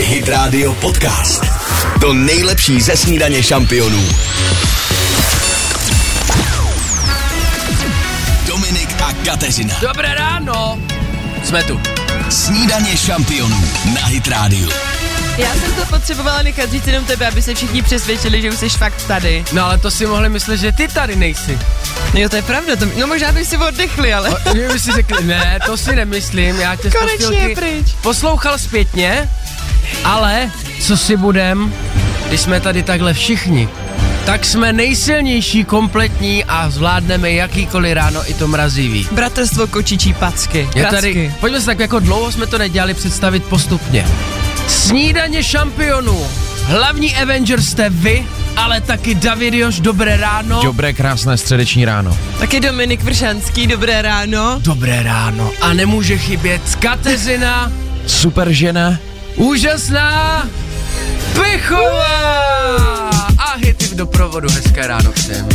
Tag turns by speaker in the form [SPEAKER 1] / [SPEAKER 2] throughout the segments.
[SPEAKER 1] Hit Radio Podcast. To nejlepší ze snídaně šampionů. Dominik a Kateřina.
[SPEAKER 2] Dobré ráno. Jsme tu.
[SPEAKER 1] Snídaně šampionů na Hit Radio.
[SPEAKER 3] Já jsem to potřebovala nechat říct jenom tebe, aby se všichni přesvědčili, že už jsi fakt tady.
[SPEAKER 2] No ale to si mohli myslet, že ty tady nejsi.
[SPEAKER 3] Jo, to je pravda, to, no možná by si oddechli, ale...
[SPEAKER 2] O, my by si řekli, ne, to si nemyslím, já tě z
[SPEAKER 3] Konečně
[SPEAKER 2] postýlky
[SPEAKER 3] je pryč.
[SPEAKER 2] poslouchal zpětně, ale co si budem, když jsme tady takhle všichni, tak jsme nejsilnější, kompletní a zvládneme jakýkoliv ráno i to mrazivý.
[SPEAKER 3] Bratrstvo kočičí packy.
[SPEAKER 2] Je
[SPEAKER 3] Pracky.
[SPEAKER 2] tady, pojďme se tak jako dlouho jsme to nedělali představit postupně. Snídaně šampionů. Hlavní Avengers jste vy, ale taky David Još, dobré ráno.
[SPEAKER 4] Dobré, krásné středeční ráno.
[SPEAKER 3] Taky Dominik Vršanský, dobré ráno.
[SPEAKER 2] Dobré ráno. A nemůže chybět Kateřina,
[SPEAKER 4] Super žena.
[SPEAKER 2] úžasná Pechová. A hity v doprovodu, hezké ráno všem.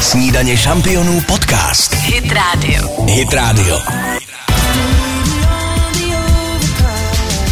[SPEAKER 1] Snídaně šampionů podcast. Hit Radio. Hit Radio.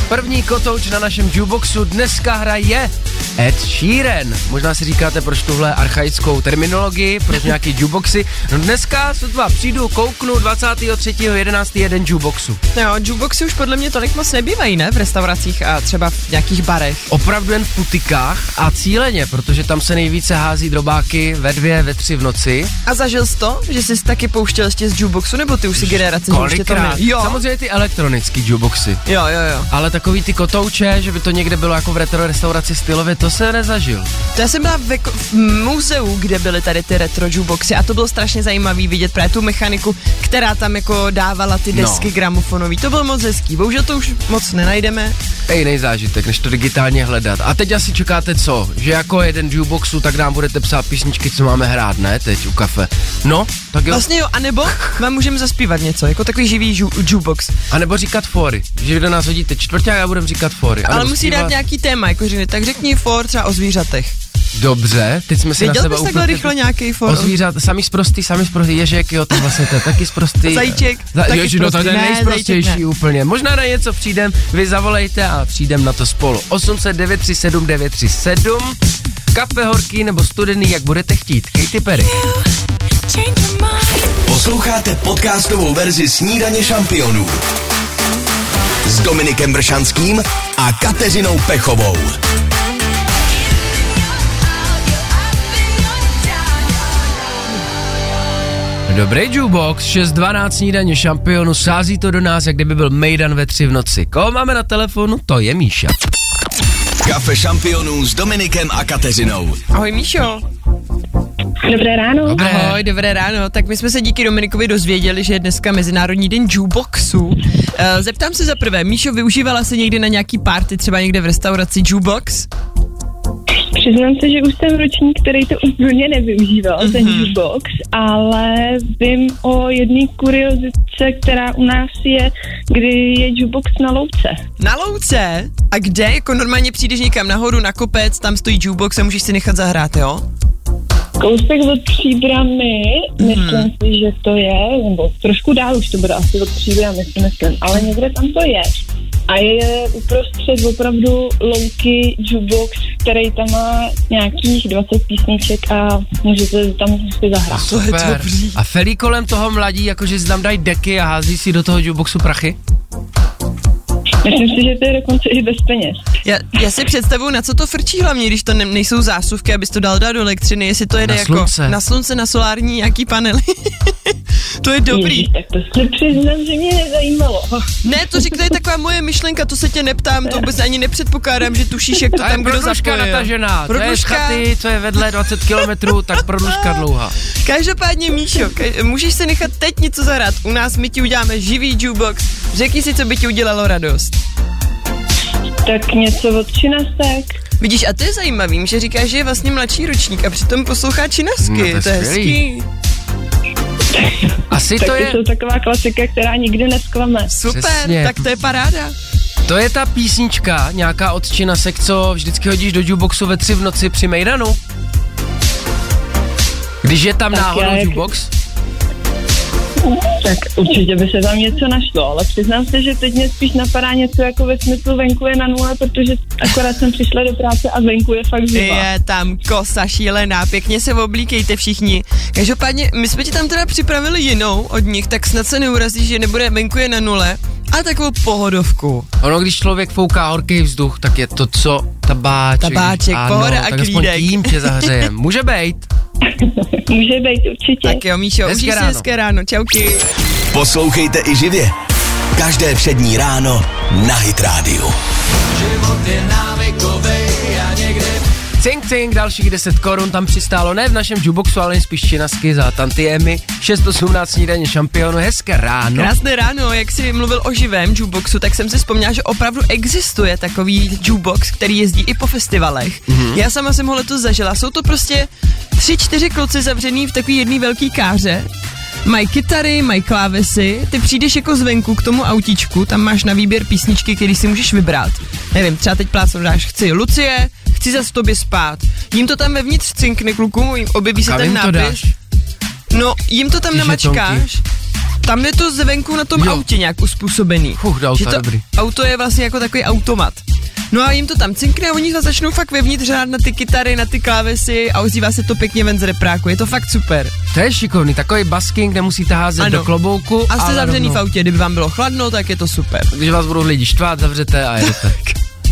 [SPEAKER 2] První kotouč na našem jukeboxu dneska hraje Ed Sheeran. Možná si říkáte, proč tuhle archaickou terminologii, proč nějaký jukeboxy. No dneska sotva přijdu, kouknu 23.11. jeden jukeboxu.
[SPEAKER 3] Jo, No, jukeboxy už podle mě tolik moc nebývají, ne? V restauracích a třeba v nějakých barech.
[SPEAKER 2] Opravdu jen v putikách a cíleně, protože tam se nejvíce hází drobáky ve dvě, ve tři v noci.
[SPEAKER 3] A zažil jsi to, že jsi taky pouštěl ještě z jukeboxu, nebo ty už si generace, že už tě to
[SPEAKER 2] Kolikrát?
[SPEAKER 3] ne- Jo,
[SPEAKER 2] Samozřejmě ty elektronický jukeboxy.
[SPEAKER 3] jo, jo, jo.
[SPEAKER 2] Ale takový ty kotouče, že by to někde bylo jako v retro restauraci stylově, to se nezažil.
[SPEAKER 3] To já jsem byla ve, ko- v muzeu, kde byly tady ty retro jukeboxy a to bylo strašně zajímavý vidět právě tu mechaniku, která tam jako dávala ty
[SPEAKER 2] No.
[SPEAKER 3] desky no. gramofonové. To bylo moc hezký, bohužel to už moc nenajdeme.
[SPEAKER 2] Jiný zážitek, než to digitálně hledat. A teď asi čekáte co? Že jako jeden jukeboxu, tak nám budete psát písničky, co máme hrát, ne? Teď u kafe. No, tak jo.
[SPEAKER 3] Vlastně jo, anebo vám můžeme zaspívat něco, jako takový živý ju- jukebox.
[SPEAKER 2] A nebo říkat fory. Že do nás hodíte čtvrtě a já budem říkat fory. A
[SPEAKER 3] Ale
[SPEAKER 2] nebo
[SPEAKER 3] musí
[SPEAKER 2] zpívat-
[SPEAKER 3] dát nějaký téma, jako říct, tak řekni for třeba o zvířatech.
[SPEAKER 2] Dobře, teď jsme si na
[SPEAKER 3] Věděl
[SPEAKER 2] sebe
[SPEAKER 3] bys takhle
[SPEAKER 2] úplně-
[SPEAKER 3] rychle nějaký for?
[SPEAKER 2] O
[SPEAKER 3] o-
[SPEAKER 2] zvířat, sami sprostý, sami sprostý, ježek, jo, to vlastně to je taky sprostý.
[SPEAKER 3] Zajíček,
[SPEAKER 2] Za,
[SPEAKER 3] taky
[SPEAKER 2] ježi, no to je
[SPEAKER 3] sprostý. Ne, zajíček
[SPEAKER 2] nejsprostější
[SPEAKER 3] ne.
[SPEAKER 2] úplně. Možná na něco přijdem, vy zavolejte a přijdem na to spolu. 800 937 937 kafe horký nebo studený, jak budete chtít. Katy Perry.
[SPEAKER 1] Posloucháte podcastovou verzi Snídaně šampionů s Dominikem Bršanským a Kateřinou Pechovou.
[SPEAKER 2] Dobrý jukebox, 6.12 snídaně šampionu, sází to do nás, jak kdyby byl Mejdan ve tři v noci. Koho máme na telefonu? To je Míša.
[SPEAKER 1] Kafe šampionů s Dominikem a Kateřinou.
[SPEAKER 3] Ahoj Míšo.
[SPEAKER 5] Dobré ráno.
[SPEAKER 2] Dobré.
[SPEAKER 3] Ahoj, dobré ráno. Tak my jsme se díky Dominikovi dozvěděli, že je dneska Mezinárodní den jukeboxu. Eh, Zeptám se za prvé, Míšo, využívala se někdy na nějaký party, třeba někde v restauraci jukebox?
[SPEAKER 5] Přiznám se, že už jsem ročník, který to úplně nevyužíval, mm-hmm. ten jukebox, ale vím o jedné kuriozitce, která u nás je, kdy je jukebox na louce.
[SPEAKER 3] Na louce? A kde? Jako normálně přijdeš někam nahoru na kopec, tam stojí jukebox a můžeš si nechat zahrát, jo?
[SPEAKER 5] Kousek od příbramy, myslím si, že to je, nebo trošku dál už to bude asi od příbramy, si myslím, ale někde tam to je. A je uprostřed opravdu louky jukebox, který tam má nějakých 20 písniček a můžete tam si zahrát.
[SPEAKER 3] To je dobrý.
[SPEAKER 2] A Feli kolem toho mladí, jakože si tam dají deky a hází si do toho jukeboxu prachy?
[SPEAKER 5] Myslím si, že to je dokonce i bez peněz.
[SPEAKER 3] Já, já si představuju, na co to frčí hlavně, když to ne, nejsou zásuvky, abys to dal dát do elektřiny, jestli to jede
[SPEAKER 2] Na
[SPEAKER 3] jako
[SPEAKER 2] slunce.
[SPEAKER 3] na slunce, na solární nějaký panely. to je dobrý.
[SPEAKER 5] Ježíš, tak to se přiznám, že mě nezajímalo.
[SPEAKER 3] Ne, to řík, to je taková moje myšlenka, to se tě neptám, to vůbec ani nepředpokládám, že tušíš, jak to
[SPEAKER 2] A je
[SPEAKER 3] tam kdo
[SPEAKER 2] prodlužka
[SPEAKER 3] zapojil.
[SPEAKER 2] natažená, to je z
[SPEAKER 3] Prodlužka.
[SPEAKER 2] chaty, co je vedle 20 kilometrů, tak prodlužka dlouhá.
[SPEAKER 3] Každopádně, Míšo, ka- můžeš se nechat teď něco zahrát. U nás my ti uděláme živý jukebox. Řekni si, co by ti udělalo radost.
[SPEAKER 5] Tak něco od činasek.
[SPEAKER 3] Vidíš, a to je zajímavý, že říkáš, že je vlastně mladší ročník a přitom poslouchá činasky.
[SPEAKER 2] No, to je
[SPEAKER 3] to je
[SPEAKER 2] skvělý.
[SPEAKER 3] hezký.
[SPEAKER 2] Asi
[SPEAKER 5] Tak
[SPEAKER 2] to
[SPEAKER 5] to
[SPEAKER 2] je,
[SPEAKER 5] jsou taková klasika, která nikdy nesklame.
[SPEAKER 3] Super,
[SPEAKER 2] Přesně.
[SPEAKER 3] tak to je paráda.
[SPEAKER 2] to je ta písnička, nějaká od Činasek, co vždycky hodíš do jukeboxu ve tři v noci při Mejdanu? Když je tam
[SPEAKER 5] Tak
[SPEAKER 2] náhodou
[SPEAKER 5] já jak-
[SPEAKER 2] jukebox?
[SPEAKER 6] Tak určitě by se tam něco našlo, ale přiznám se, že teď mě spíš napadá něco jako ve smyslu venku je na nule, protože akorát jsem přišla do práce a venku je fakt zima.
[SPEAKER 3] Je tam kosa šílená, pěkně se oblíkejte všichni. Každopádně, my jsme ti tam teda připravili jinou od nich, tak snad se neurazíš, že nebude venku je na nule. A takovou pohodovku.
[SPEAKER 2] Ono, když člověk fouká horký vzduch, tak je to co? Tabáček.
[SPEAKER 3] Tabáček,
[SPEAKER 2] Ano,
[SPEAKER 3] pohoda a
[SPEAKER 2] tak aspoň
[SPEAKER 3] klídek.
[SPEAKER 2] tím tě zahřeje. Může být.
[SPEAKER 6] Může být určitě.
[SPEAKER 3] Tak jo, Míšo,
[SPEAKER 2] Hezké
[SPEAKER 3] užij si
[SPEAKER 2] ráno.
[SPEAKER 3] hezké ráno. Čauky.
[SPEAKER 7] Poslouchejte i živě. Každé přední ráno na Hit Radio.
[SPEAKER 2] Cink, cink, dalších 10 korun tam přistálo, ne v našem juboxu, ale spíš činasky za tantiemy. 618 snídaně šampionu, hezké ráno.
[SPEAKER 3] Krásné ráno, jak jsi mluvil o živém jukeboxu, tak jsem si vzpomněla, že opravdu existuje takový jukebox, který jezdí i po festivalech.
[SPEAKER 2] Mhm.
[SPEAKER 3] Mm-hmm. Já sama jsem ho letos zažila. Jsou to prostě tři, čtyři kluci zavřený v takový jedný velký káře. Mají kytary, mají klávesy, ty přijdeš jako zvenku k tomu autíčku, tam máš na výběr písničky, který si můžeš vybrat. Nevím, třeba teď plácnu dáš, chci Lucie, chci zas v tobě spát. Jim to tam vevnitř cinkne klukům, jim objeví se
[SPEAKER 2] Kam
[SPEAKER 3] ten
[SPEAKER 2] jim to
[SPEAKER 3] nápis.
[SPEAKER 2] dáš?
[SPEAKER 3] No, jim to tam
[SPEAKER 2] Ty
[SPEAKER 3] namačkáš.
[SPEAKER 2] žetonky.
[SPEAKER 3] Tam je to zvenku na tom
[SPEAKER 2] Jo.
[SPEAKER 3] jo. autě nějak uspůsobený.
[SPEAKER 2] Fuch, do auta,
[SPEAKER 3] že to
[SPEAKER 2] dobrý.
[SPEAKER 3] auto je vlastně jako takový automat. No a jim to tam cinkne a oni zase začnou fakt vevnitř hrát na ty kytary, na ty klávesy a ozývá se to pěkně ven z repráku. Je to fakt super.
[SPEAKER 2] To je šikovný, takový basking, kde musíte házet
[SPEAKER 3] Ano.
[SPEAKER 2] do klobouku.
[SPEAKER 3] A jste
[SPEAKER 2] ale
[SPEAKER 3] zavřený v
[SPEAKER 2] rovnou.
[SPEAKER 3] autě, kdyby vám bylo chladno, tak je to super.
[SPEAKER 2] Když vás budou lidi štvát, zavřete a jedete.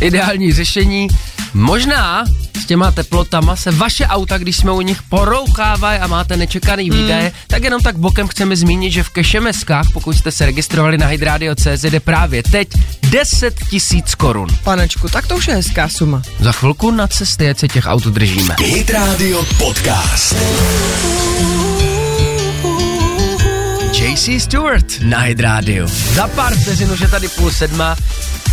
[SPEAKER 2] Ideální řešení. Možná s těma teplotama se vaše auta, když jsme u nich porouchávají a máte nečekaný
[SPEAKER 3] Hmm.
[SPEAKER 2] výdaje, tak jenom tak bokem chceme zmínit, že v Kešemeskách, pokud jste se registrovali na hydradio.cz, jde právě teď 10 tisíc korun.
[SPEAKER 3] Panečku, tak to už je hezká suma.
[SPEAKER 2] Za chvilku na cestě ať se těch aut držíme.
[SPEAKER 7] Hit Radio Podcast.
[SPEAKER 2] JC Stewart na Hydrádiu. Za pár vteřin už je tady půl sedma.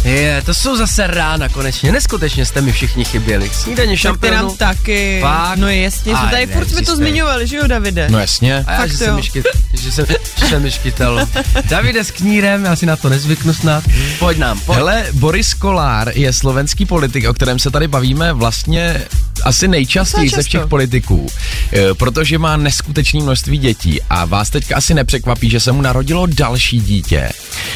[SPEAKER 2] Je, to jsou zase rána konečně. Neskutečně jste mi všichni chyběli. Snídaně
[SPEAKER 3] Tak ty
[SPEAKER 2] šampionu.
[SPEAKER 3] nám taky.
[SPEAKER 2] Fakt?
[SPEAKER 3] No jasně, jsme
[SPEAKER 2] Aj,
[SPEAKER 3] tady
[SPEAKER 2] ne,
[SPEAKER 3] furt jsme
[SPEAKER 2] jistý.
[SPEAKER 3] to zmiňovali, že jo, Davide?
[SPEAKER 4] No jasně.
[SPEAKER 2] A já,
[SPEAKER 3] Fakt
[SPEAKER 2] že
[SPEAKER 3] jo.
[SPEAKER 2] jsem, myšky, že, jsem, že jsem myškytel. Davide s knírem, já si na to nezvyknu snad. Pojď nám, pojď.
[SPEAKER 4] Hele, Boris Kolár je slovenský politik, o kterém se tady bavíme vlastně asi nejčastěji
[SPEAKER 3] Docela
[SPEAKER 4] ze
[SPEAKER 3] často.
[SPEAKER 4] všech politiků, e, protože má neskutečné množství dětí a vás teďka asi nepřekvapí, že se mu narodilo další dítě.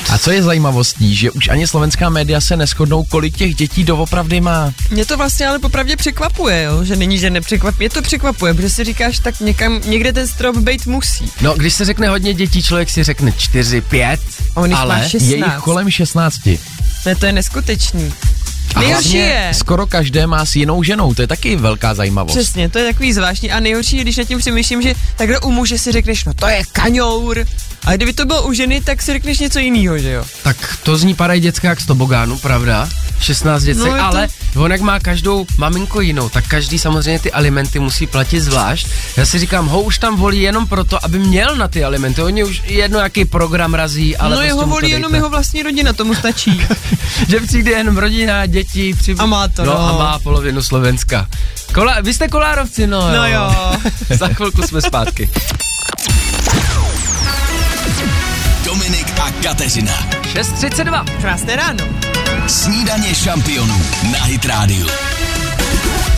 [SPEAKER 4] A co je zajímavostí, že už ani slovenská média se neschodnou, kolik těch dětí doopravdy má.
[SPEAKER 3] Mě to vlastně ale popravdě překvapuje, jo? že není, že nepřekvapuje. Mě to překvapuje, protože si říkáš, tak někam, někde ten strop být musí.
[SPEAKER 2] No, když se řekne hodně dětí, člověk si řekne čtyři, pět,
[SPEAKER 3] On jich
[SPEAKER 2] ale...
[SPEAKER 3] má šest. 16.
[SPEAKER 4] Je jich kolem 16.
[SPEAKER 3] Ne, to je neskutečný.
[SPEAKER 4] A
[SPEAKER 3] Nejhorší
[SPEAKER 4] hlavně
[SPEAKER 3] je,
[SPEAKER 4] skoro každé má s jinou ženou, to je taky velká zajímavost.
[SPEAKER 3] přesně, to je takový zvláštní a nejhorší je, když nad tím přemýšlím, že takhle u muže si řekneš, no to je kaňour. A kdyby to bylo u ženy, tak si řekneš něco jiného, že jo?
[SPEAKER 2] Tak to zní padají děcka jak z tobogánu, pravda? 16 děcek,
[SPEAKER 3] No,
[SPEAKER 2] no,
[SPEAKER 3] je to-
[SPEAKER 2] ale on jak má každou maminko jinou, tak každý samozřejmě ty alimenty musí platit zvlášť. Já si říkám, ho už tam volí jenom proto, aby měl na ty alimenty. Oni už jedno, jaký program razí, ale
[SPEAKER 3] no
[SPEAKER 2] prostě
[SPEAKER 3] jeho
[SPEAKER 2] mu to
[SPEAKER 3] volí
[SPEAKER 2] dejte.
[SPEAKER 3] jenom jeho vlastní rodina, tomu stačí.
[SPEAKER 2] Že přijde jenom rodina, děti, při...
[SPEAKER 3] A má to,
[SPEAKER 2] no.
[SPEAKER 3] no.
[SPEAKER 2] a má polovinu Slovenska. Kola... Vy jste kolárovci, no
[SPEAKER 3] No jo.
[SPEAKER 2] Za chvilku jsme zpátky.
[SPEAKER 7] Dominik a Kateřina.
[SPEAKER 2] 6.32.
[SPEAKER 3] Krásné ráno.
[SPEAKER 7] Snídaně šampionů na Hit Radio.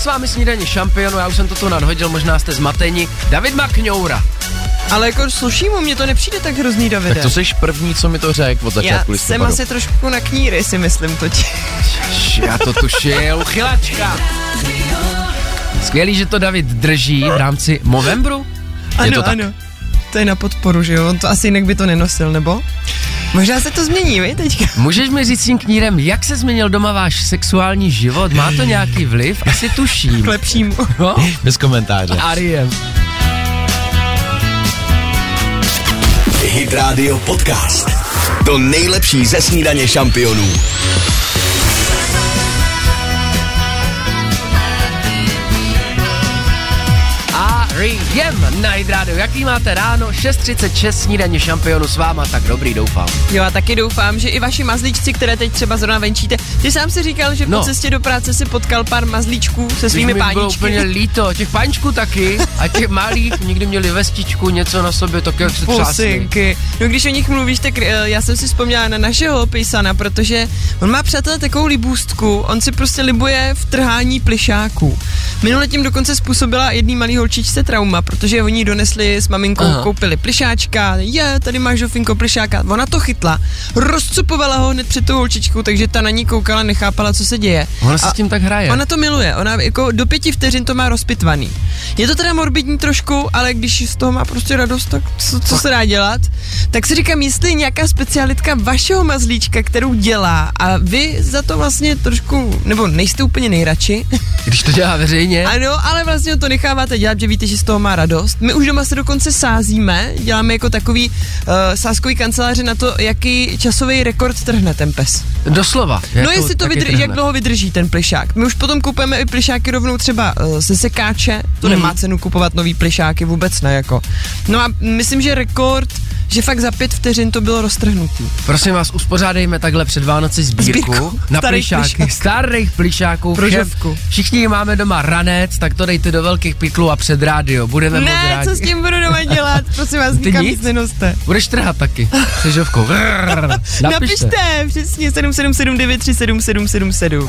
[SPEAKER 2] S vámi snídaní šampionu, já už jsem to tu nadhodil, možná jste zmateni. David Makňoura.
[SPEAKER 3] Ale jako sluší mu, mně to nepřijde tak hrozný, Davide.
[SPEAKER 4] Tak to jsi první, co mi to řekl od
[SPEAKER 3] Já
[SPEAKER 4] začátku
[SPEAKER 3] jsem
[SPEAKER 4] listopadu.
[SPEAKER 3] asi trošku na kníry, si myslím totiž.
[SPEAKER 2] Š, Já to tušil, chylačka. Skvělý, že to David drží v rámci Movembru.
[SPEAKER 3] Ano,
[SPEAKER 4] Je to tak?
[SPEAKER 3] ano. To je na podporu, že jo? On to asi jinak by to nenosil, nebo? Možná se to změní, vy teďka.
[SPEAKER 2] Můžeš mi říct s tím knírem, jak se změnil doma váš sexuální život? Má to nějaký vliv? Asi tuším.
[SPEAKER 3] K lepšímu.
[SPEAKER 2] No?
[SPEAKER 4] Bez komentáře.
[SPEAKER 2] Ariem.
[SPEAKER 7] Hit Radio Podcast. To nejlepší ze snídaně šampionů.
[SPEAKER 2] Ariem na Hydrádiu. Jaký máte ráno? 6.36 snídaně šampionu s váma, tak dobrý doufám.
[SPEAKER 3] Jo, a taky doufám, že i vaši mazlíčci, které teď třeba zrovna venčíte, ty sám si říkal, že no.
[SPEAKER 2] No.
[SPEAKER 3] po cestě do práce si potkal pár mazlíčků se svými
[SPEAKER 2] Když mi bylo
[SPEAKER 3] páničky.
[SPEAKER 2] úplně líto, těch páničků taky a těch malých někdy měli vestičku, něco na sobě, tak jak se třásli.
[SPEAKER 3] Pusinky. No když o nich mluvíš, tak eh, já jsem si vzpomněla na našeho pejsana, protože on má přátelé takovou libůstku, on si prostě libuje v trhání plišáků. Minule tím dokonce způsobila jedný malý holčičce trauma, protože oni jí donesli s maminkou,
[SPEAKER 2] Aha.
[SPEAKER 3] Aha. koupili plišáčka, je, tady máš žofinko plišáka, ona to chytla, rozcupovala ho hned před tou holčičkou, takže ta na ní koukala, nechápala, co se děje.
[SPEAKER 2] Ona se
[SPEAKER 3] A-
[SPEAKER 2] s tím tak hraje.
[SPEAKER 3] Ona to miluje, ona jako do pěti vteřin to má rozpitvaný. Je to teda morbidní trošku, ale když z toho má prostě radost, tak co, co se dá dělat? Tak si říkám, jestli je nějaká specialitka vašeho mazlíčka, kterou dělá a vy za to vlastně trošku, nebo nejste úplně nejradši,
[SPEAKER 2] Když to dělá veřejně.
[SPEAKER 3] ano, ale vlastně ho to necháváte dělat, že víte, že z toho má radost. My už doma se dokonce sázíme, děláme jako takový uh, sázkový kanceláře na to, jaký časový rekord trhne ten pes.
[SPEAKER 2] Doslova.
[SPEAKER 3] No
[SPEAKER 2] Jakou-
[SPEAKER 3] jestli to
[SPEAKER 2] Jako taky
[SPEAKER 3] vydrž,
[SPEAKER 2] trhne.
[SPEAKER 3] jak dlouho vydrží ten plišák. My už potom kupujeme i plišáky rovnou třeba uh, se sekáče, to
[SPEAKER 2] Hmm.
[SPEAKER 3] nemá cenu kupovat nový plišáky, vůbec ne jako. No a myslím, že rekord, že fakt za pět vteřin to bylo roztrhnutý.
[SPEAKER 2] Prosím vás, uspořádejme takhle před Vánoci sbírku,
[SPEAKER 3] Sbírku
[SPEAKER 2] na
[SPEAKER 3] starých
[SPEAKER 2] plišáky,
[SPEAKER 3] plišáků.
[SPEAKER 2] starých plišáků.
[SPEAKER 3] Pro
[SPEAKER 2] všem.
[SPEAKER 3] žovku.
[SPEAKER 2] Všichni je máme doma ranec, tak to dejte do velkých pytlů a před rádio. Budeme moc
[SPEAKER 3] Ne,
[SPEAKER 2] rádi.
[SPEAKER 3] co s tím budu doma dělat, prosím vás,
[SPEAKER 2] Ty
[SPEAKER 3] nikam
[SPEAKER 2] nic?
[SPEAKER 3] nic nenoste.
[SPEAKER 2] Budeš trhat taky se žovkou. Vrrr. Napište.
[SPEAKER 3] Napište, přesně 777937777.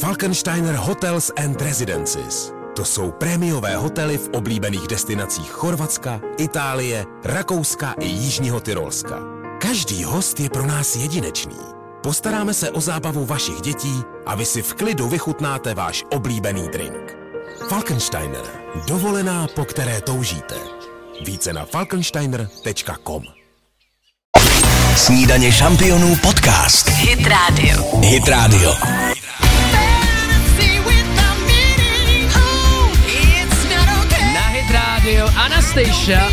[SPEAKER 7] Falkensteiner Hotels and Residences. To jsou prémiové hotely v oblíbených destinacích Chorvatska, Itálie, Rakouska i Jižního Tyrolska. Každý host je pro nás jedinečný. Postaráme se o zábavu vašich dětí a vy si v klidu vychutnáte váš oblíbený drink. Falkensteiner. Dovolená, po které toužíte. Více na falkensteiner.com Snídaně šampionů podcast.
[SPEAKER 8] Hit Radio.
[SPEAKER 7] Hit Radio.
[SPEAKER 2] Na Hit Radio Anastasia.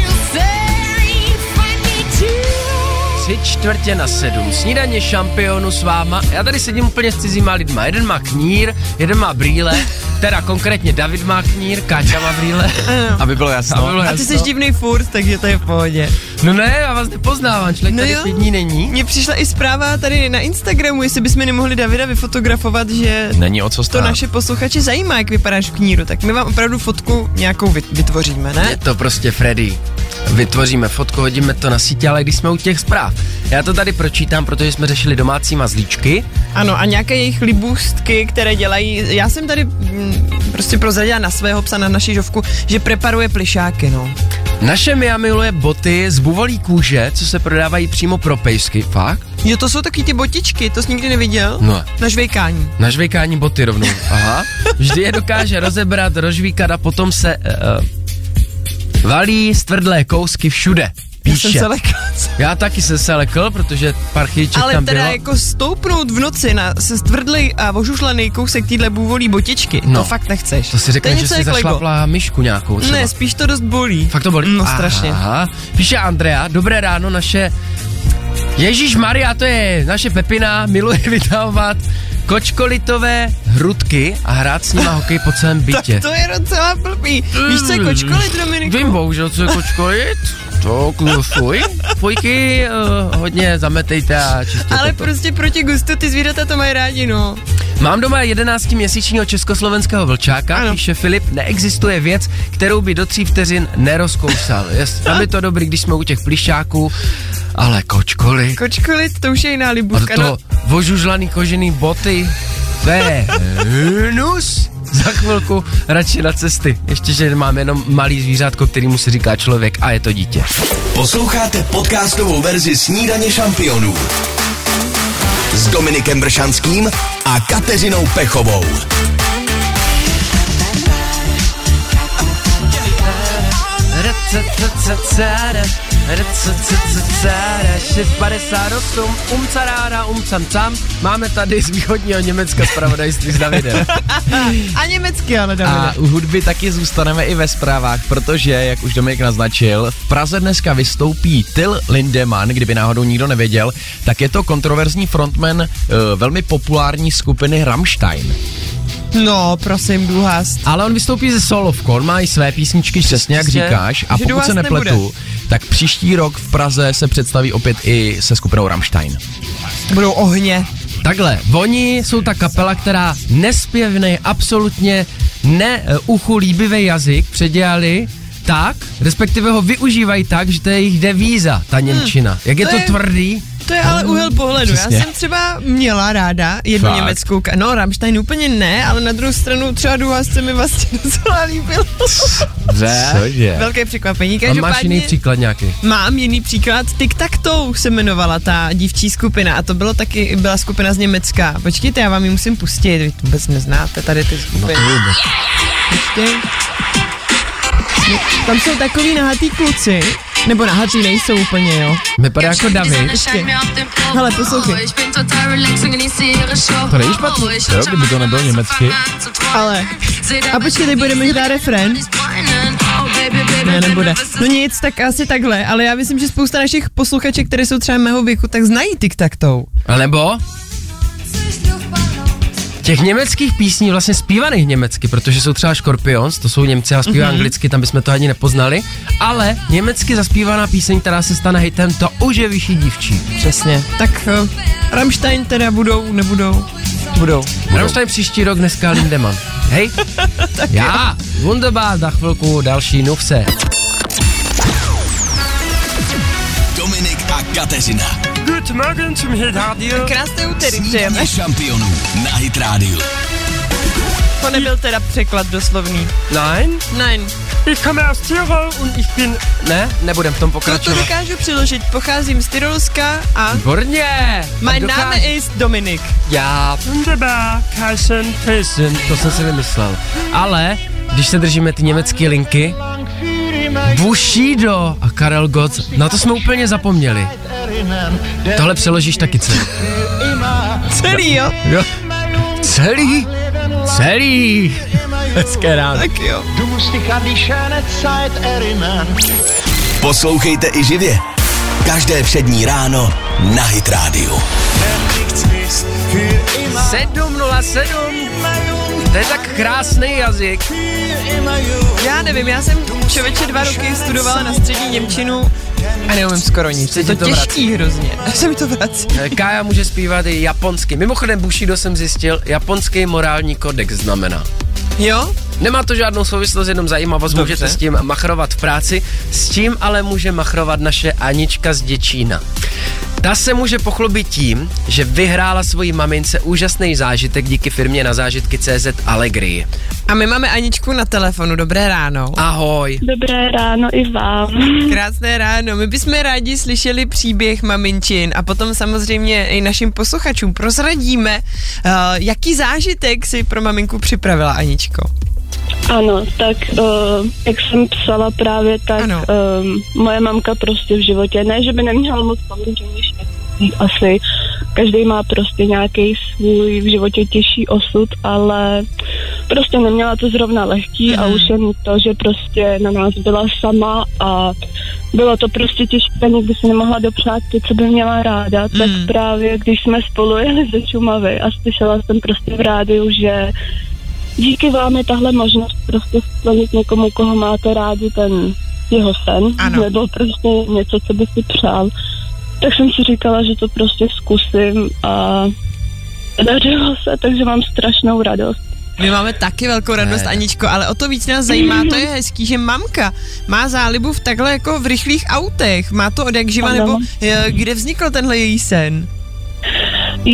[SPEAKER 2] Tři čtvrtě na sedm. Snídaně šampionu s váma. Já tady sedím úplně s cizíma lidma. Jeden má knír, jeden má brýle, teda konkrétně David má knír, Káťa má brýle.
[SPEAKER 4] Aby bylo jasno.
[SPEAKER 2] Aby bylo
[SPEAKER 3] A ty
[SPEAKER 2] jasno.
[SPEAKER 3] jsi divný furt, takže to je v pohodě.
[SPEAKER 2] No ne, já vás nepoznávám, člověk
[SPEAKER 3] No
[SPEAKER 2] tady
[SPEAKER 3] jo.
[SPEAKER 2] pět dní není.
[SPEAKER 3] Mně přišla i zpráva tady na Instagramu, jestli bychom nemohli Davida vyfotografovat, že
[SPEAKER 4] Není o co
[SPEAKER 3] to
[SPEAKER 4] stát.
[SPEAKER 3] naše posluchače zajímá, jak vypadáš v kníru. Tak my vám opravdu fotku nějakou vyt- vytvoříme,
[SPEAKER 2] Je
[SPEAKER 3] ne?
[SPEAKER 2] to prostě Freddy. Vytvoříme fotku, hodíme to na sítě, ale když jsme u těch zpráv. Já to tady pročítám, protože jsme řešili domácí mazlíčky.
[SPEAKER 3] Ano, a nějaké jejich libůstky, které dělají. Já jsem tady mm, prostě prozradila na svého psa, na naši žovku, že preparuje plišáky, no.
[SPEAKER 2] Naše Mia miluje boty z buvolí kůže, co se prodávají přímo pro pejsky. Fakt?
[SPEAKER 3] Jo, to jsou taky ty botičky, to jsi nikdy neviděl?
[SPEAKER 2] No.
[SPEAKER 3] Na žvejkání.
[SPEAKER 2] Na žvejkání boty rovnou. Aha. Vždy je dokáže rozebrat, rozžvíkat a potom se uh, valí stvrdlé kousky všude.
[SPEAKER 3] Já
[SPEAKER 2] Píše.
[SPEAKER 3] jsem se lekla.
[SPEAKER 2] Já taky jsem se lekl, protože pár chvíliček
[SPEAKER 3] Ale
[SPEAKER 2] tam
[SPEAKER 3] teda
[SPEAKER 2] bylo.
[SPEAKER 3] jako stoupnout v noci na se stvrdlej a ožušlený kousek týdle bůvolí botičky,
[SPEAKER 2] No.
[SPEAKER 3] no. to fakt nechceš.
[SPEAKER 2] To si
[SPEAKER 3] je
[SPEAKER 2] řekne, že
[SPEAKER 3] něco
[SPEAKER 2] jsi
[SPEAKER 3] jak Lego.
[SPEAKER 2] zašlapla myšku nějakou třeba.
[SPEAKER 3] Ne, spíš to dost bolí.
[SPEAKER 2] Fakt to bolí?
[SPEAKER 3] No strašně.
[SPEAKER 2] Aha. Píše Andrea, dobré ráno, naše... Ježíš Maria, to je naše Pepina, miluje vytahovat kočkolitové hrudky a hrát s nima hokej po celém bytě.
[SPEAKER 3] Tak to je docela blbý. Víš,
[SPEAKER 2] Mm.
[SPEAKER 3] co je kočkolit, Dominiku?
[SPEAKER 2] Vím bohužel, co je kočkolit. To fuj. Fujky uh, hodně zametejte a čistě
[SPEAKER 3] Ale
[SPEAKER 2] to.
[SPEAKER 3] prostě proti gustu ty zvířata to mají rádi, no.
[SPEAKER 2] Mám doma 11-měsíčního československého vlčáka, ano.
[SPEAKER 3] Ano.
[SPEAKER 2] píše Filip, neexistuje věc, kterou by do tří vteřin nerozkousal. Jest, tam je to dobrý, když jsme u těch plišáků, ale kočkoli.
[SPEAKER 3] Kočkolit, to už je jiná
[SPEAKER 2] A
[SPEAKER 3] libůvka.
[SPEAKER 2] to
[SPEAKER 3] No,
[SPEAKER 2] vožužlaný kožený boty, to je hnus. Za chvilku radši na cesty. Ještě, že mám jenom malý zvířátko, kterýmu se říká člověk a je to dítě.
[SPEAKER 7] Posloucháte podcastovou verzi Snídaně šampionů s Dominikem Bršanským a Kateřinou Pechovou.
[SPEAKER 2] Rccccara, rccccara, 658, umcarára, umcamcam. um Máme tady z východního Německa zpravodajství s Davidem.
[SPEAKER 3] a německy ale,
[SPEAKER 4] A
[SPEAKER 3] Davide.
[SPEAKER 4] u hudby taky zůstaneme i ve zprávách, protože, jak už Dominik naznačil, v Praze dneska vystoupí Till Lindemann, kdyby náhodou nikdo nevěděl, tak je to kontroverzní frontman eh, velmi populární skupiny Rammstein.
[SPEAKER 3] No, prosím, důhast.
[SPEAKER 4] Ale on vystoupí ze solovkou, on má i své písničky, přesně jak
[SPEAKER 2] Že-
[SPEAKER 4] říkáš. A
[SPEAKER 3] že do
[SPEAKER 4] pokud
[SPEAKER 3] vás
[SPEAKER 4] se nepletu,
[SPEAKER 3] nebude.
[SPEAKER 4] tak příští rok v Praze se představí opět i se skupinou Rammstein.
[SPEAKER 3] Budou ohně.
[SPEAKER 2] Takhle, oni jsou ta kapela, která nespěvný, absolutně neuchu líbivý jazyk předělali tak, respektive ho využívají tak, že to je jejich devíza, ta Němčina. Jak je
[SPEAKER 3] to
[SPEAKER 2] to
[SPEAKER 3] je-
[SPEAKER 2] tvrdý,
[SPEAKER 3] to je ale úhel pohledu.
[SPEAKER 4] Přesně.
[SPEAKER 3] Já jsem třeba měla ráda jednu
[SPEAKER 4] Fakt.
[SPEAKER 3] Fakt. německou ka- No, Rammstein úplně ne, ale na druhou stranu třeba Duha se mi vlastně docela líbil.
[SPEAKER 2] Dobře.
[SPEAKER 4] Cože?
[SPEAKER 3] Velké překvapení.
[SPEAKER 2] A máš jiný
[SPEAKER 3] Každopádně
[SPEAKER 2] příklad nějaký?
[SPEAKER 3] mám jiný příklad. Tic Tac Toe se jmenovala ta dívčí skupina a to bylo taky, byla skupina z Německa. Počkejte, já vám ji musím pustit, vy to vůbec neznáte tady ty skupiny. Počkej. No, tam jsou takový nahatý kluci, nebo nahatý nejsou úplně, jo.
[SPEAKER 2] Vypadá jako David.
[SPEAKER 3] Hele, poslouchej.
[SPEAKER 8] To není špatný.
[SPEAKER 4] Jo, kdyby to nebyl německy.
[SPEAKER 3] Ale. A počkej, teď budeme hrát refrén. Ne, nebude. No nic, tak asi takhle, ale já myslím, že spousta našich posluchaček, které jsou třeba mého věku, tak znají tic tac Toe.
[SPEAKER 2] A nebo? Těch německých písní, vlastně zpívaných německy, protože jsou třeba Scorpions, to jsou Němci a
[SPEAKER 3] Mhm.
[SPEAKER 2] zpívá mm-hmm. anglicky, tam bychom to ani nepoznali, ale německy zaspívaná píseň, která se stane hitem, to už je vyšší dívčí.
[SPEAKER 3] Přesně. Tak uh, Rammstein teda budou, nebudou? Budou.
[SPEAKER 2] Rammstein příští rok, dneska Lindemann. Hej? Já, Wunderbar, za chvilku další nufse.
[SPEAKER 1] Dominik a Kateřina.
[SPEAKER 3] Krásné úterý přejeme.
[SPEAKER 1] Snídaně šampionů na Hit Radio.
[SPEAKER 3] To nebyl teda překlad doslovný.
[SPEAKER 2] Nein,
[SPEAKER 3] Nein.
[SPEAKER 2] ich komme aus Tirol und ich bin... Ne, nebudem v tom
[SPEAKER 3] Proto
[SPEAKER 2] pokračovat.
[SPEAKER 3] dokážu přiložit. Pocházím z Tyrolska a
[SPEAKER 2] Výborně!
[SPEAKER 3] my
[SPEAKER 2] Dokáž-
[SPEAKER 3] name is Dominik.
[SPEAKER 2] Já Wunderbar, Kaisen, Pissen. To jsem si vymyslel. Ale, když se držíme ty německé linky, Bushido a Karel Gott, na to jsme úplně zapomněli. Tohle přeložíš taky celý.
[SPEAKER 3] Celý, jo?
[SPEAKER 2] Jo. Celý? Celý. Hezké ráno.
[SPEAKER 3] Tak jo.
[SPEAKER 1] Poslouchejte i živě. Každé přední ráno na Hit Radio.
[SPEAKER 2] 707. To je tak krásný jazyk.
[SPEAKER 3] Já nevím, já jsem člověče dva roky studovala na střední Němčinu a neumím skoro nic.
[SPEAKER 2] Se
[SPEAKER 3] Je
[SPEAKER 2] ti
[SPEAKER 3] to,
[SPEAKER 2] to vrací.
[SPEAKER 3] těžký hrozně. Já se mi to vrací.
[SPEAKER 2] Kája může zpívat i japonsky. Mimochodem Bushido jsem zjistil, japonský morální kodex znamená.
[SPEAKER 3] Jo?
[SPEAKER 2] Nemá to žádnou souvislost, jenom zajímavost, Dobře. můžete s tím machrovat v práci. S tím ale může machrovat naše Anička z Děčína. Ta se může pochlubit tím, že vyhrála svoji mamince úžasný zážitek díky firmě na zážitky CZ Allegri.
[SPEAKER 3] A my máme Aničku na telefonu. Dobré ráno.
[SPEAKER 2] Ahoj.
[SPEAKER 5] Dobré ráno i vám.
[SPEAKER 3] Krásné ráno. My bychom rádi slyšeli příběh maminčin a potom samozřejmě i našim posluchačům prozradíme, eh, jaký zážitek si pro maminku připravila Aničko.
[SPEAKER 5] Ano, tak uh, jak jsem psala právě, tak
[SPEAKER 3] Ano.
[SPEAKER 5] um, moje mamka prostě v životě, ne, že by neměla moc paměťových věcí, asi každý má prostě nějaký svůj v životě těžší osud, ale prostě neměla to zrovna lehký a už jen to, že prostě na nás byla sama a bylo to prostě těžké, nikdy si nemohla dopřát to, co by měla ráda, tak právě když jsme spolu jeli ze Čumavy a slyšela jsem prostě v rádiu, že díky vám je tahle možnost prostě splnit někomu, koho máte rádi, ten jeho sen,
[SPEAKER 3] Ano.
[SPEAKER 5] nebo prostě něco, co by si přál. Tak jsem si říkala, že to prostě zkusím a dařilo se, takže mám strašnou radost.
[SPEAKER 3] My máme taky velkou radost,
[SPEAKER 2] Ne.
[SPEAKER 3] Aničko, ale o to víc nás zajímá, to je hezký, že mamka má zálibu v takhle jako v rychlých autech. Má to od jak živa,
[SPEAKER 5] Ano.
[SPEAKER 3] nebo eh, kde vznikl tenhle její sen?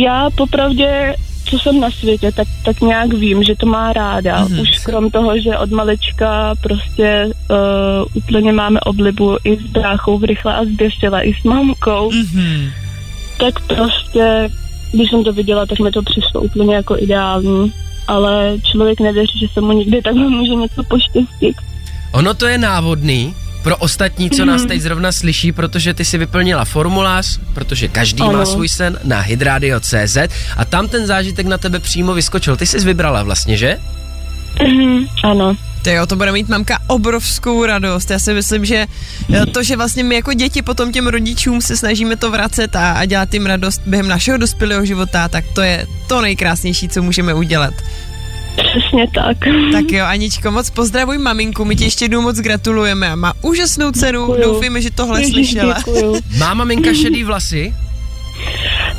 [SPEAKER 5] Já popravdě co jsem na světě, tak, tak nějak vím, že to má ráda.
[SPEAKER 3] Mhm.
[SPEAKER 5] Mm-hmm. Už krom toho, že od malička prostě uh, úplně máme oblibu i s bráchou v rychle a zběsila, i s mamkou.
[SPEAKER 3] Mm-hmm.
[SPEAKER 5] tak prostě, když jsem to viděla, tak mi to přišlo úplně jako ideální. Ale člověk nevěří, že se mu někdy takhle může něco poštěstit.
[SPEAKER 2] Ono to je návodný pro ostatní, co nás teď zrovna slyší, protože ty si vyplnila formulář, protože každý má
[SPEAKER 5] Ano.
[SPEAKER 2] svůj sen na hydradio.cz a tam ten zážitek na tebe přímo vyskočil. Ty jsi vybrala vlastně, že?
[SPEAKER 3] Mhm.
[SPEAKER 5] ano.
[SPEAKER 3] To jo, to bude mít mamka obrovskou radost. Já si myslím, že eh, to, že vlastně my jako děti potom těm rodičům se snažíme to vracet a, a dělat jim radost během našeho dospělého života, tak to je to nejkrásnější, co můžeme udělat.
[SPEAKER 5] Mhm. Přesně tak.
[SPEAKER 3] Tak jo, Aničko, moc pozdravuj maminku, my ti ještě jednou moc gratulujeme a má úžasnou dceru,
[SPEAKER 5] Děkuju.
[SPEAKER 3] doufíme, že tohle
[SPEAKER 5] Ježíš,
[SPEAKER 3] slyšela.
[SPEAKER 5] děkuju.
[SPEAKER 2] Má maminka šedý vlasy?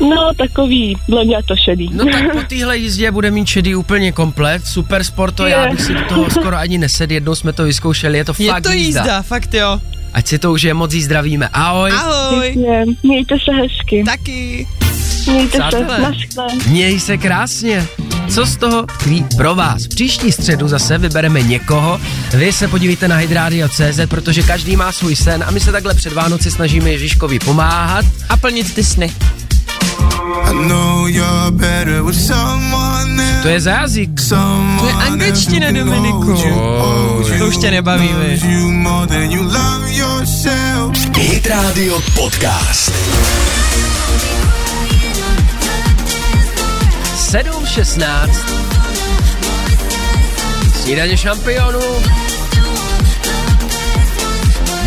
[SPEAKER 5] No, takový blonděto šedý.
[SPEAKER 2] No tak po téhle jízdě bude mít šedý úplně komplet. Super sport to, já
[SPEAKER 5] Je.
[SPEAKER 2] bych si do toho skoro ani nesed. Jednou jsme to vyzkoušeli, je to
[SPEAKER 3] Je
[SPEAKER 2] fakt
[SPEAKER 3] to jízda, fakt jo.
[SPEAKER 2] A Ať si to užije moc jí zdravíme. Ahoj.
[SPEAKER 3] Ahoj.
[SPEAKER 5] Pěkně. Mějte se hezky.
[SPEAKER 3] Taky.
[SPEAKER 5] Mějte se.
[SPEAKER 2] přátelé.
[SPEAKER 5] Naschle.
[SPEAKER 2] Měj se krásně. Co z toho tkví pro vás? Příští středu zase vybereme někoho. Vy se podívejte na hydradio.cz, protože každý má svůj sen a my se takhle před Vánoci snažíme Ježíškovi pomáhat.
[SPEAKER 3] A plnit ty sny.
[SPEAKER 8] I know you're better with someone else.
[SPEAKER 2] To je za jazyk.
[SPEAKER 8] Someone
[SPEAKER 3] To je angličtina, Dominiku. To už tě nebaví,
[SPEAKER 2] No,
[SPEAKER 3] vy.
[SPEAKER 8] you more than you love yourself.
[SPEAKER 1] Hit Radio Podcast.
[SPEAKER 2] 7.16. Snídaně šampionů.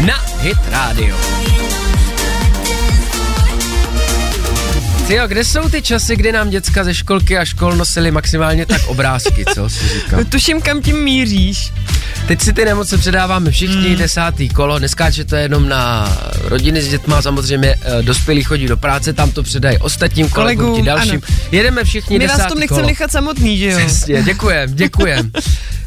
[SPEAKER 2] Na Hit Radio. Tyjo, kde jsou ty časy, kdy nám děcka ze školky a škol nosili maximálně tak obrázky, co si říkám?
[SPEAKER 3] Tuším, kam tím míříš.
[SPEAKER 2] Teď si ty nemoce předáváme všichni,
[SPEAKER 3] Hmm.
[SPEAKER 2] mm. desátý kolo, neskáčete jenom na rodiny s dětma, samozřejmě eh, dospělí chodí do práce, tam to předají ostatním kolegům,
[SPEAKER 3] Kolegům,
[SPEAKER 2] ti dalším.
[SPEAKER 3] ano.
[SPEAKER 2] Jedeme všichni
[SPEAKER 3] My vás
[SPEAKER 2] desátý
[SPEAKER 3] v tom
[SPEAKER 2] kolo.
[SPEAKER 3] nechceme nechat samotný, že jo?
[SPEAKER 2] Přesně, děkujem, děkujem.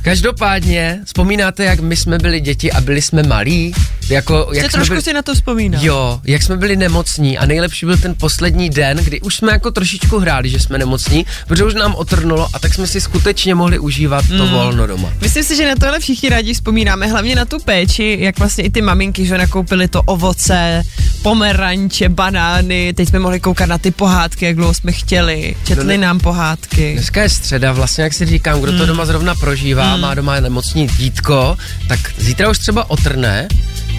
[SPEAKER 2] Každopádně, vzpomínáte, jak my jsme byli děti a byli jsme malí? Jako, jak jsme
[SPEAKER 3] Jste trošku no.
[SPEAKER 2] byli...
[SPEAKER 3] si na to vzpomínal.
[SPEAKER 2] Jo, jak jsme byli nemocní a nejlepší byl ten poslední den, kdy už jsme jako trošičku hráli, že jsme nemocní, protože už nám otrnulo a tak jsme si skutečně mohli užívat
[SPEAKER 3] Mm.
[SPEAKER 2] to volno doma.
[SPEAKER 3] Myslím si, že na tohle všichni rádi vzpomínáme, hlavně na tu péči, jak vlastně i ty maminky, že nakoupily to ovoce, pomeranče, banány, teď jsme mohli koukat na ty pohádky, jak dlouho jsme chtěli, četli nám pohádky.
[SPEAKER 2] Dneska je středa, vlastně jak si říkám, kdo
[SPEAKER 3] Mm.
[SPEAKER 2] to doma zrovna prožívá, má doma nemocní dítko, tak zítra už třeba otrne,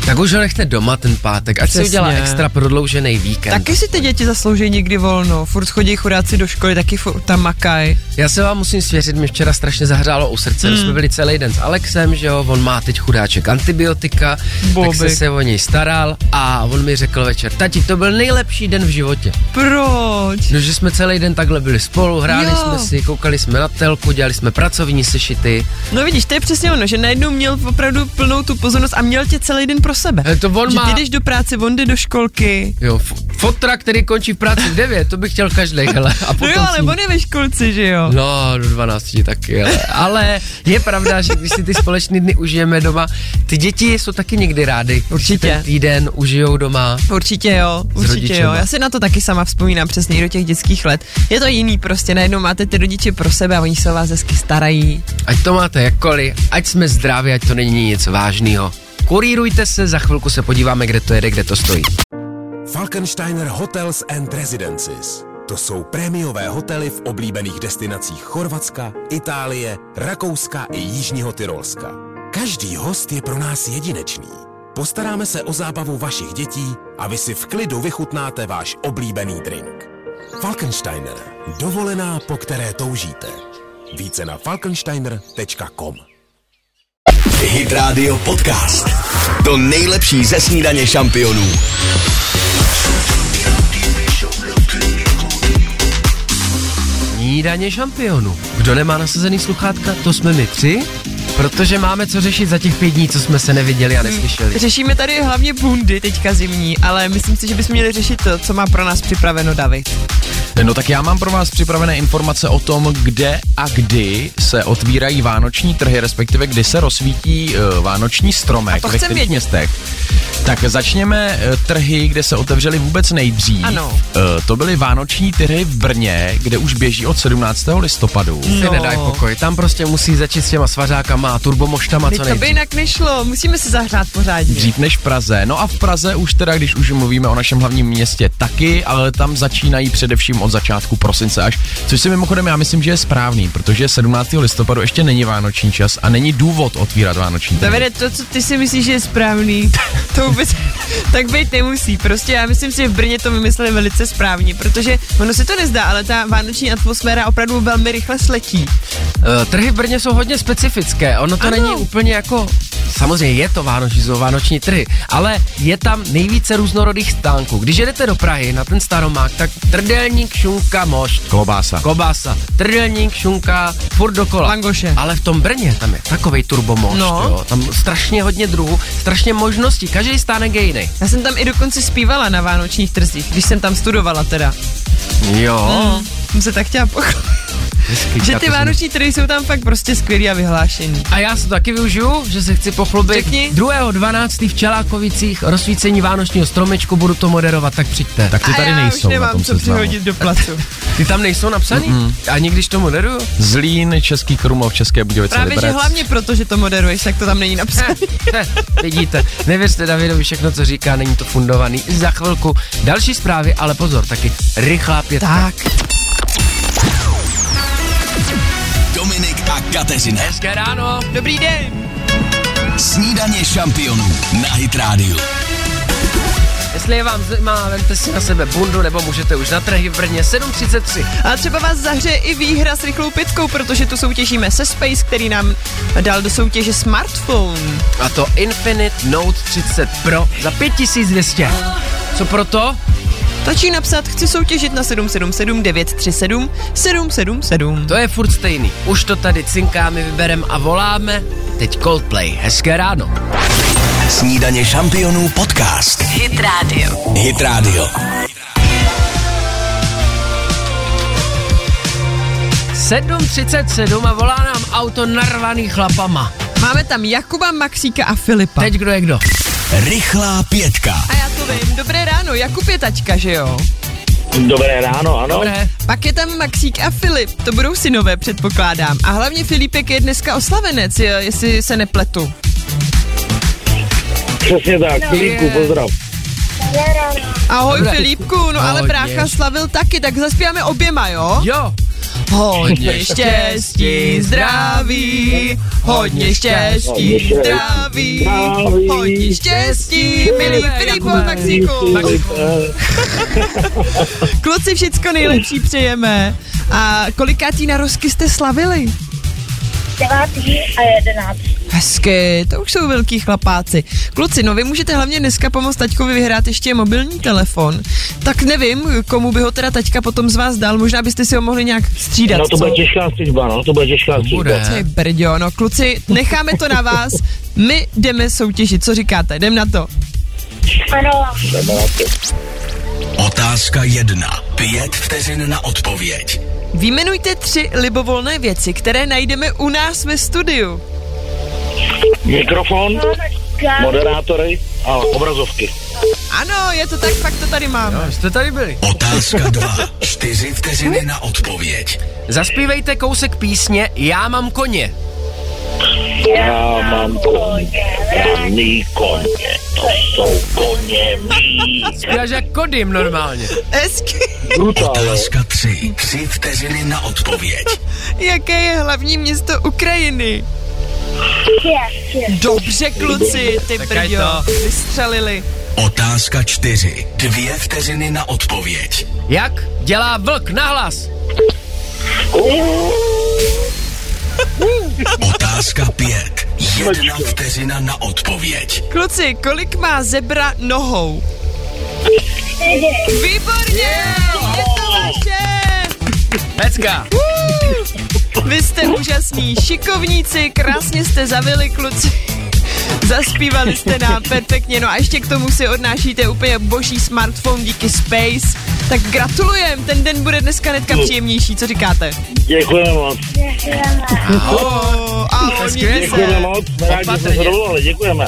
[SPEAKER 2] tak už ho nechte doma ten pátek, ať si
[SPEAKER 3] Přesně.
[SPEAKER 2] udělá extra prodloužený víkend.
[SPEAKER 3] Taky si ty děti zaslouží někdy volno, furt chodí chudáci do školy, taky furt tam makaj.
[SPEAKER 2] Já se vám musím svěřit, mi včera strašně zahřálo u srdce, mm. jsme
[SPEAKER 3] Hmm.
[SPEAKER 2] byli celý den s Alexem, že jo, on má teď chudáček antibiotika, tak
[SPEAKER 3] Bobek.
[SPEAKER 2] se se o něj staral a on mi řekl večer, tati, to byl nejlepší den v životě.
[SPEAKER 3] Proč?
[SPEAKER 2] No, že jsme celý den takhle byli spolu, hráli
[SPEAKER 3] Jo.
[SPEAKER 2] jsme si, koukali jsme na telku, dělali jsme pracovní sešity.
[SPEAKER 3] No vidíš, to je přesně ono, že najednou měl opravdu plnou tu pozornost a měl tě celý den pro sebe.
[SPEAKER 2] Hele, E, to Eh, on
[SPEAKER 3] že
[SPEAKER 2] má-
[SPEAKER 3] ty jdeš do práce, on jde do školky.
[SPEAKER 2] Jo, f- fotra, který končí v práci v 9, to bych chtěl každý, hele. A
[SPEAKER 3] No
[SPEAKER 2] potom
[SPEAKER 3] jo, ale
[SPEAKER 2] s ním-
[SPEAKER 3] on je ve školci, že jo?
[SPEAKER 2] No, do 12 taky, ale, ale je pravda, že když si ty společné dny užijeme doma, ty děti jsou taky někdy rády. když si
[SPEAKER 3] Určitě.
[SPEAKER 2] Ten týden užijou doma.
[SPEAKER 3] Určitě jo, určitě
[SPEAKER 2] rodičema.
[SPEAKER 3] jo. Já si na to taky sama vzpomínám přesně i do těch dětských let. Je to jiný prostě, najednou máte ty rodiče pro sebe a oni se o vás hezky starají.
[SPEAKER 2] Ať to máte jakkoliv, ať jsme zdraví, ať to není nic vážného. Kurírujte se, za chvilku se podíváme, kde to jede, kde to stojí.
[SPEAKER 7] Falkensteiner Hotels and Residences. To jsou prémiové hotely v oblíbených destinacích Chorvatska, Itálie, Rakouska i Jižního Tyrolska. Každý host je pro nás jedinečný. Postaráme se o zábavu vašich dětí a vy si v klidu vychutnáte váš oblíbený drink. Falkensteiner. Dovolená, po které toužíte. Více na falkensteiner.com
[SPEAKER 1] Hit Radio Podcast. To nejlepší ze snídaně šampionů.
[SPEAKER 2] Snídaně šampionů. Kdo nemá nasazený sluchátka, to jsme my tři, protože máme co řešit za těch pět dní, co jsme se neviděli a neslyšeli.
[SPEAKER 3] Řešíme tady hlavně bundy teďka zimní, ale myslím si, že bychom měli řešit to, co má pro nás připraveno David.
[SPEAKER 4] No tak já mám pro vás připravené informace o tom, kde a kdy se otvírají vánoční trhy, respektive kdy se rozsvítí eh, vánoční stromek
[SPEAKER 3] to
[SPEAKER 4] ve
[SPEAKER 3] chcem
[SPEAKER 4] kterých
[SPEAKER 3] vědět.
[SPEAKER 4] městech. Tak začněme eh, trhy, kde se otevřely vůbec nejdřív.
[SPEAKER 3] Ano.
[SPEAKER 4] Eh, To byly vánoční trhy v Brně, kde už běží od 17. listopadu.
[SPEAKER 2] Ty
[SPEAKER 3] No.
[SPEAKER 2] nedaj pokoj, tam prostě musí začít s těma svařákama a turbomoštama
[SPEAKER 3] Teď
[SPEAKER 2] co
[SPEAKER 3] to by
[SPEAKER 2] nejdřív.
[SPEAKER 3] jinak nešlo, musíme se zahrát pořádně.
[SPEAKER 4] Dřív než v Praze. No a v Praze už teda, když už mluvíme o našem hlavním městě, taky, ale tam začínají především od začátku prosince až, což si mimochodem já myslím, že je správný, protože 17. listopadu ještě není vánoční čas a není důvod otvírat vánoční čas.
[SPEAKER 3] Davide, to, co ty si myslíš, že je správný, to vůbec tak být nemusí. Prostě já myslím si, že v Brně to vymysleli velice správně, protože ono se to nezdá, ale ta vánoční atmosféra opravdu velmi rychle sletí.
[SPEAKER 2] Eh, Trhy v Brně jsou hodně specifické, ono to
[SPEAKER 3] Ano.
[SPEAKER 2] není úplně jako, samozřejmě je to vánoční, jsou vánoční trhy, ale je tam nejvíce různorodých stánků. Když jedete do Prahy na ten staromák, tak trdelník, šunka, mošt,
[SPEAKER 4] Klobása.
[SPEAKER 2] kobása, trdelník, šunka, furt dokola.
[SPEAKER 3] Langoše.
[SPEAKER 2] Ale v tom Brně tam je takovej turbomošt,
[SPEAKER 3] No.
[SPEAKER 2] jo, tam strašně hodně druhů, strašně možností, každý stánek je jiný.
[SPEAKER 3] Já jsem tam i dokonce zpívala na vánočních trzích, když Hm. jsem tam studovala teda.
[SPEAKER 4] Hm.
[SPEAKER 2] Jo.
[SPEAKER 3] Jsem se tak chtěla pochopit.
[SPEAKER 2] Hezky,
[SPEAKER 3] Mm. Že
[SPEAKER 2] já
[SPEAKER 3] ty
[SPEAKER 2] to jsem-
[SPEAKER 3] vánoční trhy jsou tam fakt prostě skvělý a vyhlášený.
[SPEAKER 2] A já se to taky využiju, že se chci pochlubit.
[SPEAKER 3] Řekni.
[SPEAKER 2] 2.12. v Čelákovicích rozsvícení vánočního stromečku, budu to moderovat, tak přijďte.
[SPEAKER 4] Tak ty
[SPEAKER 3] a
[SPEAKER 4] tady
[SPEAKER 3] já
[SPEAKER 4] nejsou
[SPEAKER 3] už
[SPEAKER 4] na
[SPEAKER 3] nemám
[SPEAKER 4] tom
[SPEAKER 3] co
[SPEAKER 4] seznamu.
[SPEAKER 3] přihodit do placu.
[SPEAKER 2] Ty tam nejsou napsaný? Mm-mm. Ani když to moderuju?
[SPEAKER 4] Zlín, Český Krumlov, České Budějovice,
[SPEAKER 3] Právě, že
[SPEAKER 4] Liberec.
[SPEAKER 3] hlavně proto, že to moderuješ, tak to tam není napsané.
[SPEAKER 2] Heh, Vidíte, nevěřte Davidovi všechno, co říká, není to fundovaný. Za chvilku další zprávy, ale pozor, taky rychlá pětka.
[SPEAKER 3] tak.
[SPEAKER 1] Dominik a Kateřina.
[SPEAKER 2] Hezké ráno.
[SPEAKER 3] Dobrý den.
[SPEAKER 1] Snídaně šampionů na Hit Radio.
[SPEAKER 2] Jestli je vám zajímá, vemte si na sebe bundu, nebo můžete už na trhy v Brně 7.33.
[SPEAKER 3] A třeba vás zahřeje i výhra s rychlou pitkou, protože tu soutěžíme se Space, který nám dal do soutěže smartphone.
[SPEAKER 2] A to Infinite Note 30 Pro za 5200. Co proto?
[SPEAKER 3] Stačí napsat, chci soutěžit na 777 937 777.
[SPEAKER 2] To je furt stejný. Už to tady cinkáme, vyberem a voláme. Teď Coldplay. Hezké ráno.
[SPEAKER 1] Snídaně šampionů podcast. Hit Radio. Hit Radio.
[SPEAKER 2] 7.37 a volá nám auto narvaný chlapama.
[SPEAKER 3] Máme tam Jakuba, Maxíka a Filipa.
[SPEAKER 2] Teď kdo je kdo?
[SPEAKER 1] Rychlá pětka.
[SPEAKER 3] A já to vím. Dobré ráno, Jakub je tačka, že jo?
[SPEAKER 9] Dobré ráno, ano.
[SPEAKER 2] Dobré.
[SPEAKER 3] Pak je tam Maxík a Filip, to budou synové, předpokládám. A hlavně Filipek je dneska oslavenec, je- jestli se nepletu.
[SPEAKER 9] Přesně tak, Filipku, pozdrav.
[SPEAKER 3] Ahoj
[SPEAKER 2] Dobré.
[SPEAKER 3] Filipku, no ale
[SPEAKER 2] Ahoj,
[SPEAKER 3] brácha
[SPEAKER 2] děš.
[SPEAKER 3] slavil taky, tak zaspíváme oběma, jo?
[SPEAKER 2] Jo.
[SPEAKER 3] Hodně štěstí, zdraví, hodně štěstí, zdraví, hodně štěstí, milý Filipo Maxíku. Kluci, všecko nejlepší přejeme. A kolikátý na rozky jste slavili?
[SPEAKER 10] devátý a jedenáctý.
[SPEAKER 3] Hezky, to už jsou velký chlapáci. Kluci, no vy můžete hlavně dneska pomoct taťkovi vyhrát ještě mobilní telefon. Tak nevím, komu by ho teda taťka potom z vás dal, možná byste si ho mohli nějak střídat.
[SPEAKER 9] No to bude
[SPEAKER 3] co?
[SPEAKER 9] těžká střižba, no to bude těžká střižba.
[SPEAKER 2] Bude.
[SPEAKER 3] Ty brďo, no kluci, necháme to na vás. My jdeme soutěžit, co říkáte? Jdem na to.
[SPEAKER 10] Ano,
[SPEAKER 1] Otázka jedna. Pět vteřin na odpověď.
[SPEAKER 3] Vyjmenujte tři libovolné věci, které najdeme u nás ve studiu.
[SPEAKER 9] Mikrofon, moderátory a obrazovky.
[SPEAKER 3] Ano, je to tak, fakt to tady máme.
[SPEAKER 2] No, jste tady byli.
[SPEAKER 1] Otázka dva. Čtyři vteřiny na odpověď.
[SPEAKER 2] Zaspívejte kousek písně Já mám koně.
[SPEAKER 9] Já mám koně, mý koně, to jsou koně mý.
[SPEAKER 2] Zpíváš jak kodym normálně.
[SPEAKER 3] Hezky.
[SPEAKER 9] Brutál, jo.
[SPEAKER 1] Otázka tři. Tři vteřiny na odpověď.
[SPEAKER 3] Jaké je hlavní město Ukrajiny?
[SPEAKER 10] pět, pět,
[SPEAKER 3] Dobře, kluci, ty
[SPEAKER 2] Čekaj
[SPEAKER 3] brďo,
[SPEAKER 2] to.
[SPEAKER 3] vystřelili.
[SPEAKER 1] Otázka čtyři. Dvě vteřiny na odpověď.
[SPEAKER 2] Jak dělá vlk nahlas?
[SPEAKER 1] Otázka pět. Jedna vteřina na odpověď.
[SPEAKER 3] Kluci, kolik má zebra nohou? Výborně! Je to vaše!
[SPEAKER 2] Hezká.
[SPEAKER 3] Hmm. Vy jste úžasní šikovníci, krásně jste zavili kluci. Zaspívali jste nám perfektně, no a ještě k tomu si odnášíte úplně boží smartphone díky Space. Tak gratulujem, ten den bude dneska netka příjemnější, co říkáte?
[SPEAKER 9] Děkujeme moc,
[SPEAKER 10] děkujeme.
[SPEAKER 3] Oh, ahoj,
[SPEAKER 2] Hezky.
[SPEAKER 3] mějte se.
[SPEAKER 9] děkujeme moc, jsme rádi, že jsme se
[SPEAKER 2] Opatrně.
[SPEAKER 9] dovolali, děkujeme.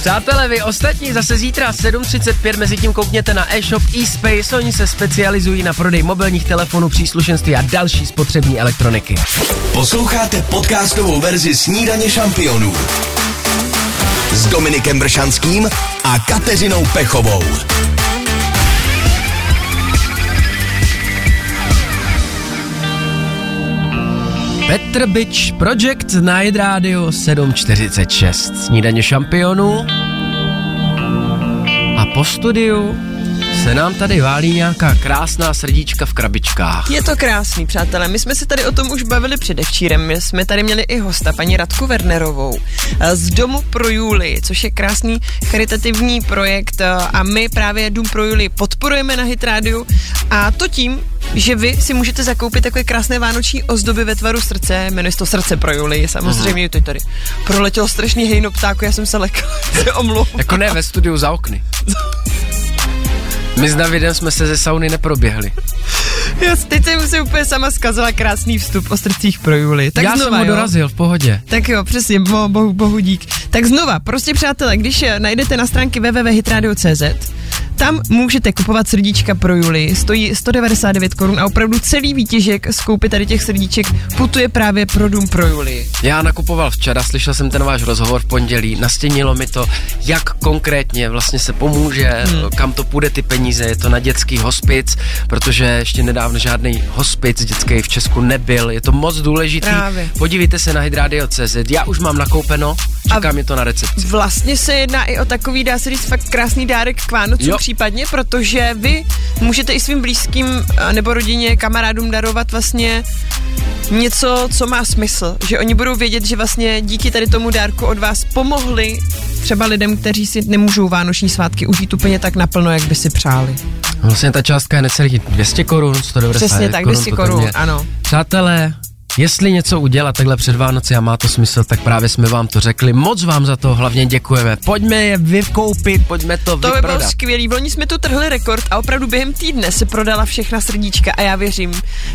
[SPEAKER 2] Přátelé, vy ostatní zase zítra 7.35, mezi tím koukněte na e-shop eSpace, oni se specializují na prodej mobilních telefonů, příslušenství a další spotřební elektroniky.
[SPEAKER 1] Posloucháte podcastovou verzi Snídaně šampionů s Dominikem Bršanským a Kateřinou Pechovou.
[SPEAKER 2] Petr Bič Project na Jid rádiu 746. Snídaně šampionů. A po studiu se nám tady válí nějaká krásná srdíčka v krabičkách.
[SPEAKER 3] Je to krásný, přátelé. My jsme se tady o tom už bavili předevčírem. My jsme tady měli i hosta, paní Radku Wernerovou eh, z Domu pro Juli, což je krásný charitativní projekt eh, a my právě Dům pro Juli podporujeme na Hit Radio a to tím, že vy si můžete zakoupit takové krásné vánoční ozdoby ve tvaru srdce, jmenuje se to srdce pro Juli, samozřejmě teď tady proletělo strašný hejno ptáku, já jsem se lekala, se omlouvám.
[SPEAKER 2] Jako ne ve studiu za okny. My s Davidem jsme se ze sauny neproběhli.
[SPEAKER 3] Já s- teď jsem se úplně sama zkazila krásný vstup o srdcích pro Juli. Tak
[SPEAKER 2] Já
[SPEAKER 3] znova,
[SPEAKER 2] jsem ho
[SPEAKER 3] jo.
[SPEAKER 2] dorazil, v pohodě.
[SPEAKER 3] Tak jo, přesně, bo, bo, bohu dík. Tak znova, prostě přátelé, když eh, najdete na stránky www.hitradio.cz, tam můžete kupovat srdíčka pro Juli, stojí 199 korun a opravdu celý výtěžek z koupy tady těch srdíček putuje právě pro dům pro Juli.
[SPEAKER 2] Já nakupoval včera, slyšel jsem ten váš rozhovor v pondělí, nastěnilo mi to, jak konkrétně vlastně se pomůže, hmm. kam to půjde ty peníze, je to na dětský hospic, protože ještě nedávno žádný hospic dětský v Česku nebyl, je to moc důležitý.
[SPEAKER 3] Právě.
[SPEAKER 2] Podívejte se na hydradio.cz, já už mám nakoupeno, čeká mě to na recepci.
[SPEAKER 3] Vlastně se jedná i o takový, dá se říct, fakt krásný dárek k Vánocům
[SPEAKER 2] Jo.
[SPEAKER 3] jo. případně, protože vy můžete i svým blízkým a nebo rodině, kamarádům darovat vlastně něco, co má smysl. Že oni budou vědět, že vlastně díky tady tomu dárku od vás pomohli třeba lidem, kteří si nemůžou vánoční svátky užít úplně tak naplno, jak by si přáli.
[SPEAKER 2] Vlastně ta částka je necelých 200 korun, 190
[SPEAKER 3] Přesně tak, 200
[SPEAKER 2] to tam
[SPEAKER 3] korun,
[SPEAKER 2] je.
[SPEAKER 3] ano.
[SPEAKER 2] Přátelé, jestli něco udělat takhle před Vánoci a má to smysl, tak právě jsme vám to řekli. Moc vám za to hlavně děkujeme. Pojďme je vykoupit, pojďme to,
[SPEAKER 3] To by bylo
[SPEAKER 2] vyprodat.
[SPEAKER 3] skvělý. Loni jsme tu trhli rekord a opravdu během týdne se prodala všechna srdíčka a já věřím,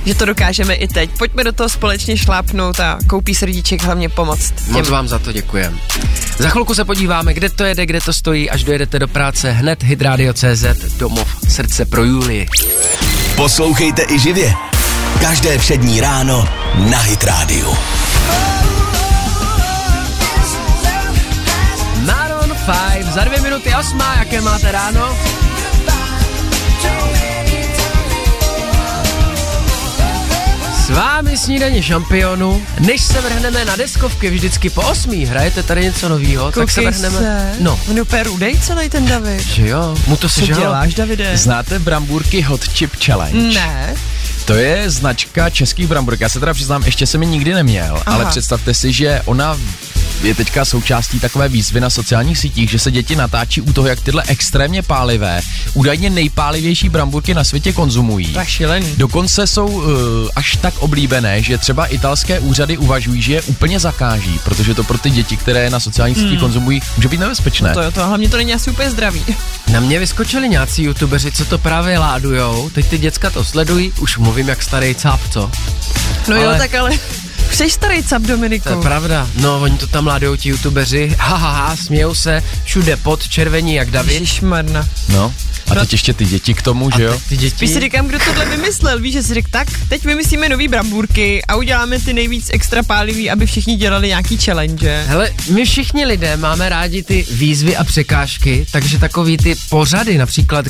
[SPEAKER 3] že to dokážeme i teď. Pojďme do toho společně šlápnout a koupí srdíček hlavně pomoct.
[SPEAKER 2] Moc vám za to děkujeme. Za chvilku se podíváme, kde to jede, kde to stojí, až dojedete do práce hned hydradio.cz, domov srdce pro Julii.
[SPEAKER 1] Poslouchejte i živě. Každé přední ráno na Hit Radio.
[SPEAKER 2] Maroon 5, za dvě minuty osmá, jaké máte ráno? S vámi snídaně šampionů. Než se vrhneme na deskovky vždycky po osmí, hrajete tady něco novýho, tak se
[SPEAKER 3] Koukej
[SPEAKER 2] vrhneme...
[SPEAKER 3] se.
[SPEAKER 2] No,
[SPEAKER 3] No perudej celý ten David.
[SPEAKER 2] že jo, mu to
[SPEAKER 3] Co
[SPEAKER 2] sežalo.
[SPEAKER 3] děláš, Davide?
[SPEAKER 4] Znáte bramburky Hot Chip Challenge?
[SPEAKER 3] Ne.
[SPEAKER 4] To je značka českých bramburek. Já se teda přiznám, ještě jsem ji nikdy neměl, Aha.
[SPEAKER 3] Aha.
[SPEAKER 4] ale představte si, že ona je teďka součástí takové výzvy na sociálních sítích, že se děti natáčí u toho, jak tyhle extrémně pálivé, údajně nejpálivější bramburky na světě konzumují.
[SPEAKER 3] Tak šílený.
[SPEAKER 4] Dokonce jsou uh, až tak oblíbené, že třeba italské úřady uvažují, že je úplně zakáží, protože to pro ty děti, které na sociálních
[SPEAKER 2] Hmm.
[SPEAKER 4] sítích konzumují, může být nebezpečné.
[SPEAKER 3] To jo, to hlavně to není asi úplně zdravý.
[SPEAKER 2] Na mě vyskočili nějací youtubeři, co to právě ládujou, teď ty děcka to sledují, už mluvím jak starý cáp, co?
[SPEAKER 3] No ale...
[SPEAKER 2] Ale-
[SPEAKER 3] jo, tak ale už jsi starý cap,
[SPEAKER 2] To
[SPEAKER 3] Dominiku.
[SPEAKER 2] je pravda. No, oni to tam ládujou ti youtubeři, ha, ha, ha, smějou se, všude pod, červení jak David.
[SPEAKER 3] Ježišmarna.
[SPEAKER 4] No. A teď ještě ty děti k tomu, že jo?
[SPEAKER 2] teď Ty děti.
[SPEAKER 3] Víš, si říkám, kdo tohle vymyslel, víš, že si řekl tak, teď vymyslíme nový brambůrky a uděláme ty nejvíc extra pálivý, aby všichni dělali nějaký challenge.
[SPEAKER 2] Hele, my všichni lidé máme rádi ty výzvy a překážky, takže takový ty pořady, například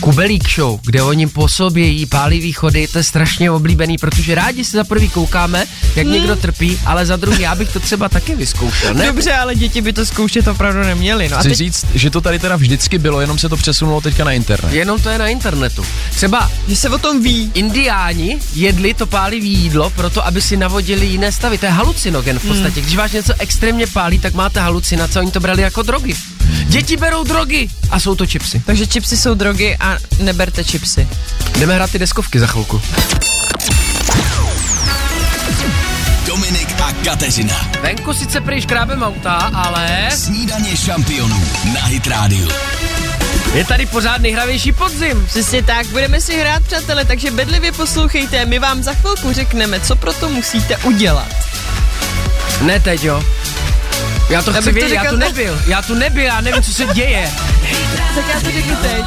[SPEAKER 2] Kubelík Show, kde oni po sobě jí pálí východy, to je strašně oblíbený, protože rádi se za prvý koukáme, jak hmm. někdo trpí, ale za druhý já bych to třeba taky vyzkoušel, ne?
[SPEAKER 3] Dobře, ale děti by to zkoušet opravdu neměly. No a
[SPEAKER 4] Chci
[SPEAKER 3] teď
[SPEAKER 4] říct, že to tady teda vždycky bylo, jenom se to přesunulo teďka na internet.
[SPEAKER 2] Jenom to je na internetu. Třeba
[SPEAKER 3] že se o tom ví.
[SPEAKER 2] Indiáni jedli to pálivý jídlo proto, aby si navodili jiné stavy. To je halucinogen v podstatě. Když vás něco extrémně pálí, tak máte halucinace, oni to brali jako drogy. Děti berou drogy a jsou to chipsy.
[SPEAKER 3] Takže chipsy jsou drogy a neberte chipsy.
[SPEAKER 2] Jdeme hrát ty deskovky za chvilku.
[SPEAKER 1] Dominik a Kateřina.
[SPEAKER 2] Venku sice prý škrábem auta, ale
[SPEAKER 1] Snídaně šampionů na Hit Radio.
[SPEAKER 2] je tady pořád nejhravější podzim.
[SPEAKER 3] Přesně tak, budeme si hrát, přátelé, takže bedlivě poslouchejte, my vám za chvilku řekneme, co pro to musíte udělat.
[SPEAKER 2] Ne teď, jo. Já to
[SPEAKER 3] Já
[SPEAKER 2] chci
[SPEAKER 3] bych to
[SPEAKER 2] vědět, já
[SPEAKER 3] říkal-
[SPEAKER 2] tu nebyl, já tu nebyl, já nevím, co se děje.
[SPEAKER 3] Tak já to řeknu teď.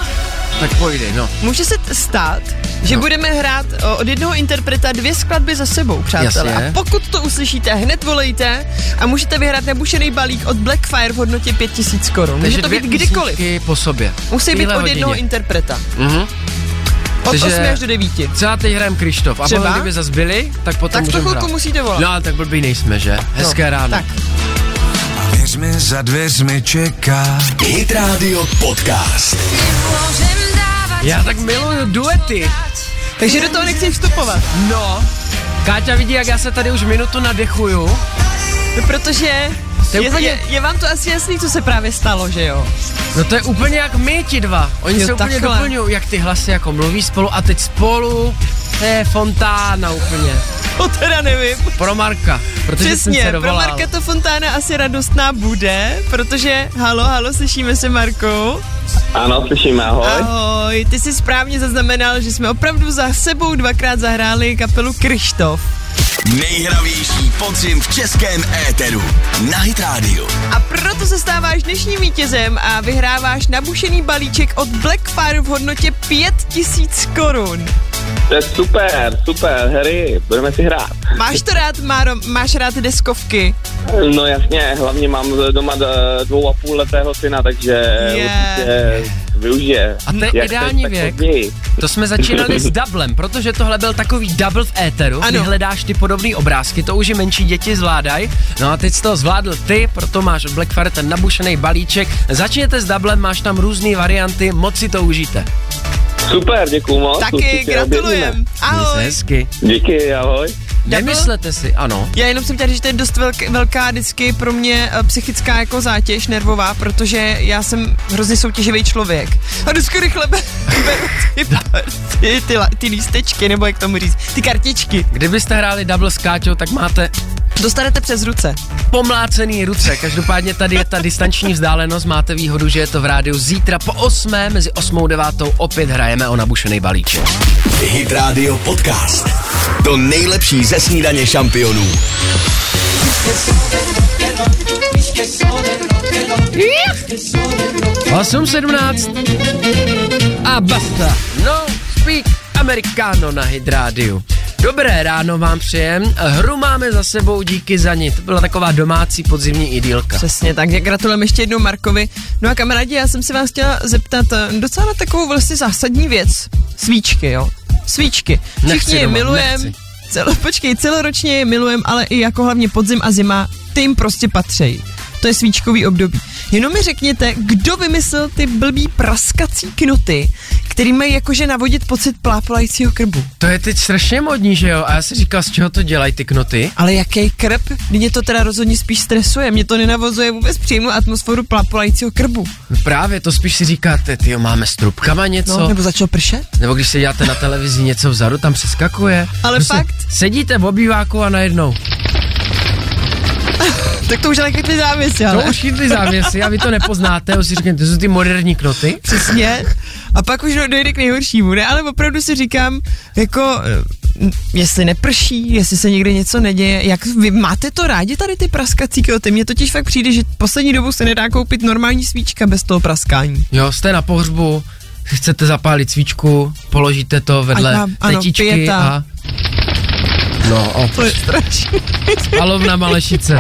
[SPEAKER 2] Tak pojde, no.
[SPEAKER 3] Může se t- stát, že no. budeme hrát o, od jednoho interpreta dvě skladby za sebou, přátelé.
[SPEAKER 2] Jasně.
[SPEAKER 3] A pokud to uslyšíte, hned volejte a můžete vyhrát nebušený balík od Blackfire v hodnotě 5000 korun. Může to
[SPEAKER 2] dvě
[SPEAKER 3] být kdykoliv.
[SPEAKER 2] písničky po sobě.
[SPEAKER 3] Musí být
[SPEAKER 2] Téhle
[SPEAKER 3] od jednoho
[SPEAKER 2] hodině.
[SPEAKER 3] interpreta.
[SPEAKER 2] Mhm.
[SPEAKER 3] Od
[SPEAKER 2] Takže-
[SPEAKER 3] 8 až do 9.
[SPEAKER 2] Třeba teď hrajeme Krištof a
[SPEAKER 3] Třeba?
[SPEAKER 2] potom, kdyby zas byli, tak potom
[SPEAKER 3] Tak v tu
[SPEAKER 2] můžeme
[SPEAKER 3] chvilku
[SPEAKER 2] hrát.
[SPEAKER 3] musíte volat.
[SPEAKER 2] No ale tak blbý nejsme, že? Hezké no, ráno.
[SPEAKER 3] Tak,
[SPEAKER 8] Věř mi, za dveřmi čeká.
[SPEAKER 1] Hit Radio Podcast.
[SPEAKER 2] Já tak miluju duety.
[SPEAKER 3] takže do toho nechci vstupovat.
[SPEAKER 2] No. Káťa vidí, jak já se tady už minutu nadechuju.
[SPEAKER 3] No, protože
[SPEAKER 2] To je
[SPEAKER 3] je, je,
[SPEAKER 2] úplně-
[SPEAKER 3] je, je vám to asi jasný, co se právě stalo, že jo?
[SPEAKER 2] No to je úplně jak my ti dva. Oni
[SPEAKER 3] Jo,
[SPEAKER 2] se úplně
[SPEAKER 3] takhle.
[SPEAKER 2] doplňují, jak ty hlasy jako mluví spolu a teď spolu. To je fontána úplně.
[SPEAKER 3] To teda nevím.
[SPEAKER 2] Pro Marka. Protože jsem
[SPEAKER 3] Přesně,
[SPEAKER 2] se
[SPEAKER 3] pro
[SPEAKER 2] dovolal.
[SPEAKER 3] Marka to fontána asi radostná bude, protože halo, halo, slyšíme se Marku.
[SPEAKER 9] Ano, slyšíme, ahoj.
[SPEAKER 3] Ahoj, ty jsi správně zaznamenal, že jsme opravdu za sebou dvakrát zahráli kapelu Krištof.
[SPEAKER 1] Nejhravější podzim v českém éteru. Na Hit Radio.
[SPEAKER 3] A proto se stáváš dnešním vítězem a vyhráváš nabušený balíček od Blackfire v hodnotě 5000 korun.
[SPEAKER 9] To je super, super, hry, budeme si hrát.
[SPEAKER 3] Máš to rád, Máro, máš rád deskovky?
[SPEAKER 9] No jasně, hlavně mám doma d- dvou a půl letého syna, takže
[SPEAKER 3] Je.
[SPEAKER 9] určitě využije.
[SPEAKER 2] A to je
[SPEAKER 9] Jak
[SPEAKER 2] ideální
[SPEAKER 9] teď, tak
[SPEAKER 2] věk.
[SPEAKER 9] později.
[SPEAKER 2] To jsme začínali s dublem, protože tohle byl takový double v éteru, ano. kdy
[SPEAKER 3] Ano.
[SPEAKER 2] hledáš ty podobné obrázky, to už i menší děti zvládají. No a teď jsi to zvládl ty, proto máš od Blackfire ten nabušený balíček. Začněte s dublem, máš tam různé varianty, moc si to užijte.
[SPEAKER 9] Super, děkuju moc.
[SPEAKER 3] Taky,
[SPEAKER 9] určitě
[SPEAKER 3] gratulujem.
[SPEAKER 9] objedneme.
[SPEAKER 2] Měj se
[SPEAKER 3] Ahoj.
[SPEAKER 2] hezky.
[SPEAKER 9] Díky, ahoj.
[SPEAKER 2] Nemyslete si, ano.
[SPEAKER 3] Já jenom jsem tady, že to je dost velk, velká vždycky pro mě eh, psychická jako zátěž nervová, protože já jsem hrozně soutěživý člověk. A vždycky rychle be- beru ty, ty, ty, la- ty lístečky, nebo jak tomu říct, ty kartičky.
[SPEAKER 2] Kdybyste hráli double s Káťou, tak máte
[SPEAKER 3] Dostanete přes ruce.
[SPEAKER 2] pomlácený ruce. Každopádně tady je ta distanční vzdálenost, máte výhodu, že je to v rádiu zítra po 8. mezi 8. a 9. opět hrajeme o nabušený balíček.
[SPEAKER 1] Hit Radio Podcast. To nejlepší ze snídaně šampionů.
[SPEAKER 2] Osm sedmnáct a basta. No, speak americano na Hydrádiu. Dobré ráno vám přejem. Hru máme za sebou díky za ní. To byla taková domácí podzimní idylka.
[SPEAKER 3] Přesně tak, tak gratulujeme ještě jednou Markovi. No a kamarádi, já jsem se vás chtěla zeptat eh, docela na takovou vlastně zásadní věc. Svíčky, jo? Svíčky.
[SPEAKER 2] Nechci
[SPEAKER 3] Všichni je
[SPEAKER 2] doma,
[SPEAKER 3] milujeme.
[SPEAKER 2] nechci.
[SPEAKER 3] Celo, počkej, celoročně je milujeme, ale i jako hlavně podzim a zima, ty jim prostě patřejí. To je svíčkový období. Jenom mi řekněte, kdo vymyslel ty blbý praskací knoty, který mají jakože navodit pocit plápolajícího krbu.
[SPEAKER 2] To je teď strašně modní, že jo? A já si říkal, z čeho to dělají ty knoty?
[SPEAKER 3] Ale jaký krb? Mě to teda rozhodně spíš stresuje, mě to nenavozuje vůbec příjemnou atmosféru plápolajícího krbu.
[SPEAKER 2] No Právě to spíš si říkáte, ty máme s trubkama něco.
[SPEAKER 3] No, nebo začalo pršet?
[SPEAKER 2] Nebo když se děláte na televizi něco vzadu, tam přeskakuje.
[SPEAKER 3] Ale fakt.
[SPEAKER 2] Sedíte v obýváku a najednou.
[SPEAKER 3] Tak to už ale chytli závěsy,
[SPEAKER 2] To
[SPEAKER 3] ale.
[SPEAKER 2] už chytli závěsy a vy to nepoznáte, už si říkáte, to jsou ty moderní knoty.
[SPEAKER 3] Přesně. A pak už dojde k nejhoršímu, ne? Ale opravdu si říkám, jako, eh, jestli neprší, jestli se někde něco neděje, jak vy máte to rádi tady ty praskací koty? Mně totiž fakt přijde, že poslední dobou se nedá koupit normální svíčka bez toho praskání.
[SPEAKER 2] Jo, jste na pohřbu, chcete zapálit svíčku, položíte to vedle
[SPEAKER 3] Ať
[SPEAKER 2] mám,
[SPEAKER 3] mám, ano,
[SPEAKER 2] tetičky
[SPEAKER 3] pieta.
[SPEAKER 2] a... No, o,
[SPEAKER 3] To je strašný.
[SPEAKER 2] palovna Malešice.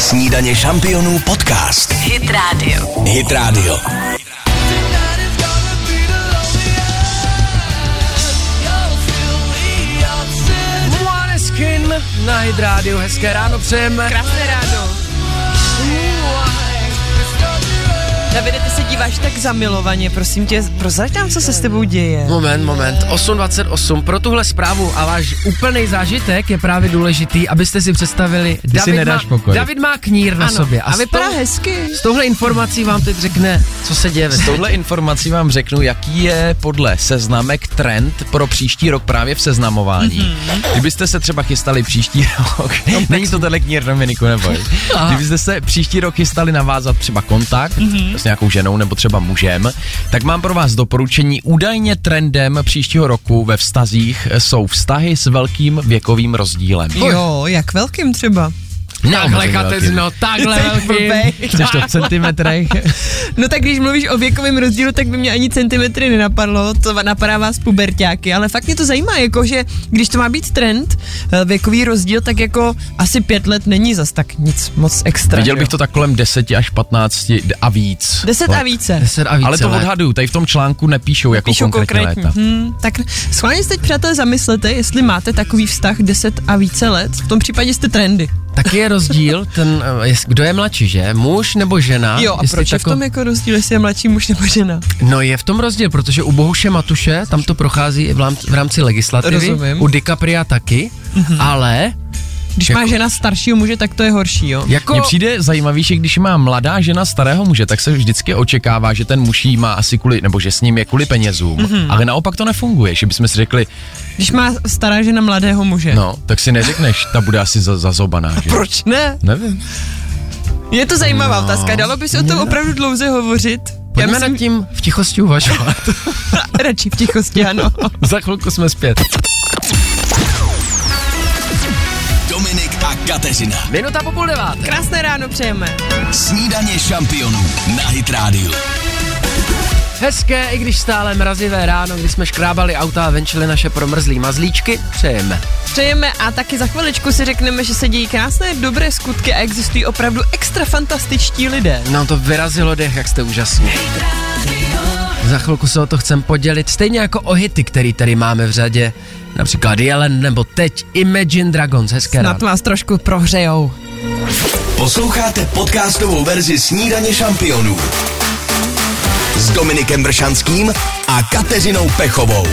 [SPEAKER 1] Snídaně šampionů podcast. Hit Radio. Hit Radio.
[SPEAKER 2] Måneskin na Hydrádiu, hezké ráno přejeme.
[SPEAKER 3] Krásné ráno. Davide, ty se díváš tak zamilovaně, prosím tě, prozrať nám, co se s tebou děje.
[SPEAKER 2] Moment, moment, 8.28, pro tuhle zprávu a váš úplný zážitek je právě důležitý, abyste si představili, Ty David,
[SPEAKER 4] si nedáš
[SPEAKER 2] má,
[SPEAKER 4] pokoj.
[SPEAKER 2] David má knír na
[SPEAKER 3] Ano,
[SPEAKER 2] sobě
[SPEAKER 3] a
[SPEAKER 2] s
[SPEAKER 3] vypadá
[SPEAKER 2] tou-
[SPEAKER 3] hezky.
[SPEAKER 2] S touhle informací vám teď řekne, co se děje ve
[SPEAKER 4] S
[SPEAKER 2] světě.
[SPEAKER 4] touhle informací vám řeknu, jaký je podle seznamek trend pro příští rok právě v seznamování. Mm-hmm. Kdybyste se třeba chystali příští rok, není to tenhle knír Dominiku, neboj. Kdybyste se příští rok chystali navázat třeba kontakt mm-hmm. s nějakou ženou nebo třeba mužem, tak mám pro vás doporučení. Údajně trendem příštího roku ve vztazích jsou vztahy s velkým věkovým rozdílem.
[SPEAKER 3] Jo, jak velkým třeba?
[SPEAKER 2] Takhle
[SPEAKER 4] Velkým.
[SPEAKER 2] katezno, takhle
[SPEAKER 3] Jsi blbej.
[SPEAKER 2] velký.
[SPEAKER 4] Chceš to v centimetrech?
[SPEAKER 3] No tak když mluvíš o věkovém rozdílu, tak by mě ani centimetry nenapadlo, to va- napadá vás puberťáky, ale fakt mě to zajímá, jako že když to má být trend, eh, věkový rozdíl, tak jako asi pět let není zas tak nic moc extra.
[SPEAKER 4] Viděl
[SPEAKER 3] že
[SPEAKER 4] bych
[SPEAKER 3] jo?
[SPEAKER 4] to tak kolem 10 až 15 a víc.
[SPEAKER 3] Deset a více.
[SPEAKER 4] Jako
[SPEAKER 2] Deset a více
[SPEAKER 4] Ale to
[SPEAKER 2] let.
[SPEAKER 4] odhaduju, tady v tom článku nepíšou jako
[SPEAKER 3] Píšu
[SPEAKER 4] konkrétně,
[SPEAKER 3] konkrétní.
[SPEAKER 4] léta.
[SPEAKER 3] Hmm, tak schválně se teď, přátelé, zamyslete, jestli máte takový vztah 10 a více let. V tom případě jste trendy.
[SPEAKER 2] Taky je rozdíl, ten, eh, jest- kdo je mladší, že? Muž nebo žena?
[SPEAKER 3] jo, a
[SPEAKER 2] Jestli
[SPEAKER 3] proč je v
[SPEAKER 2] tako-
[SPEAKER 3] tom jako rozdíl, jestli je mladší muž nebo žena?
[SPEAKER 2] No je v tom rozdíl, protože u Bohuše Matuše tam to prochází i v lám- v rámci legislativy,
[SPEAKER 3] Rozumím.
[SPEAKER 4] Mhm.
[SPEAKER 2] u DiCapria taky, mm-hmm. ale
[SPEAKER 3] Když má žena staršího muže, tak to je horší, jo.
[SPEAKER 4] Jako... Mně přijde zajímavý, že když má mladá žena starého muže, tak se vždycky očekává, že ten muž jí má asi kvůli, nebo že s ním je kvůli penězům, mm-hmm.
[SPEAKER 3] Mhm.
[SPEAKER 4] ale naopak to nefunguje, že bychom si řekli,
[SPEAKER 3] Když má stará žena mladého muže.
[SPEAKER 4] no, tak si neřekneš, ta bude asi za- zazobaná, že?
[SPEAKER 3] Proč ne?
[SPEAKER 4] Nevím.
[SPEAKER 3] Je to zajímavá
[SPEAKER 4] No,
[SPEAKER 3] no, otázka, dalo by se o
[SPEAKER 4] mě
[SPEAKER 3] tom
[SPEAKER 4] ne.
[SPEAKER 3] opravdu dlouze hovořit.
[SPEAKER 4] Pojďme nad tím v tichosti uvažovat.
[SPEAKER 3] Radši v tichosti, ano.
[SPEAKER 4] za chvilku jsme zpět.
[SPEAKER 1] Dominik a Kateřina.
[SPEAKER 2] Minuta po půl deváté.
[SPEAKER 3] Krásné ráno přejeme.
[SPEAKER 1] Snídaně šampionů na Hit Radio.
[SPEAKER 2] Hezké, i když stále mrazivé ráno, kdy jsme škrábali auta a venčili naše promrzlý mazlíčky, přejeme.
[SPEAKER 3] Přejeme a taky za chviličku si řekneme, že se dějí krásné, dobré skutky a existují opravdu extra fantastičtí lidé.
[SPEAKER 2] No to vyrazilo dech, jak jste úžasní. Za chvilku se o to chcem podělit, stejně jako o hity, který tady máme v řadě. Například Jelen nebo teď Imagine Dragons, hezké ráno.
[SPEAKER 3] Snad vás trošku prohřejou.
[SPEAKER 1] Posloucháte podcastovou verzi Snídaně šampionů s Dominikem Bršanským a Kateřinou Pechovou.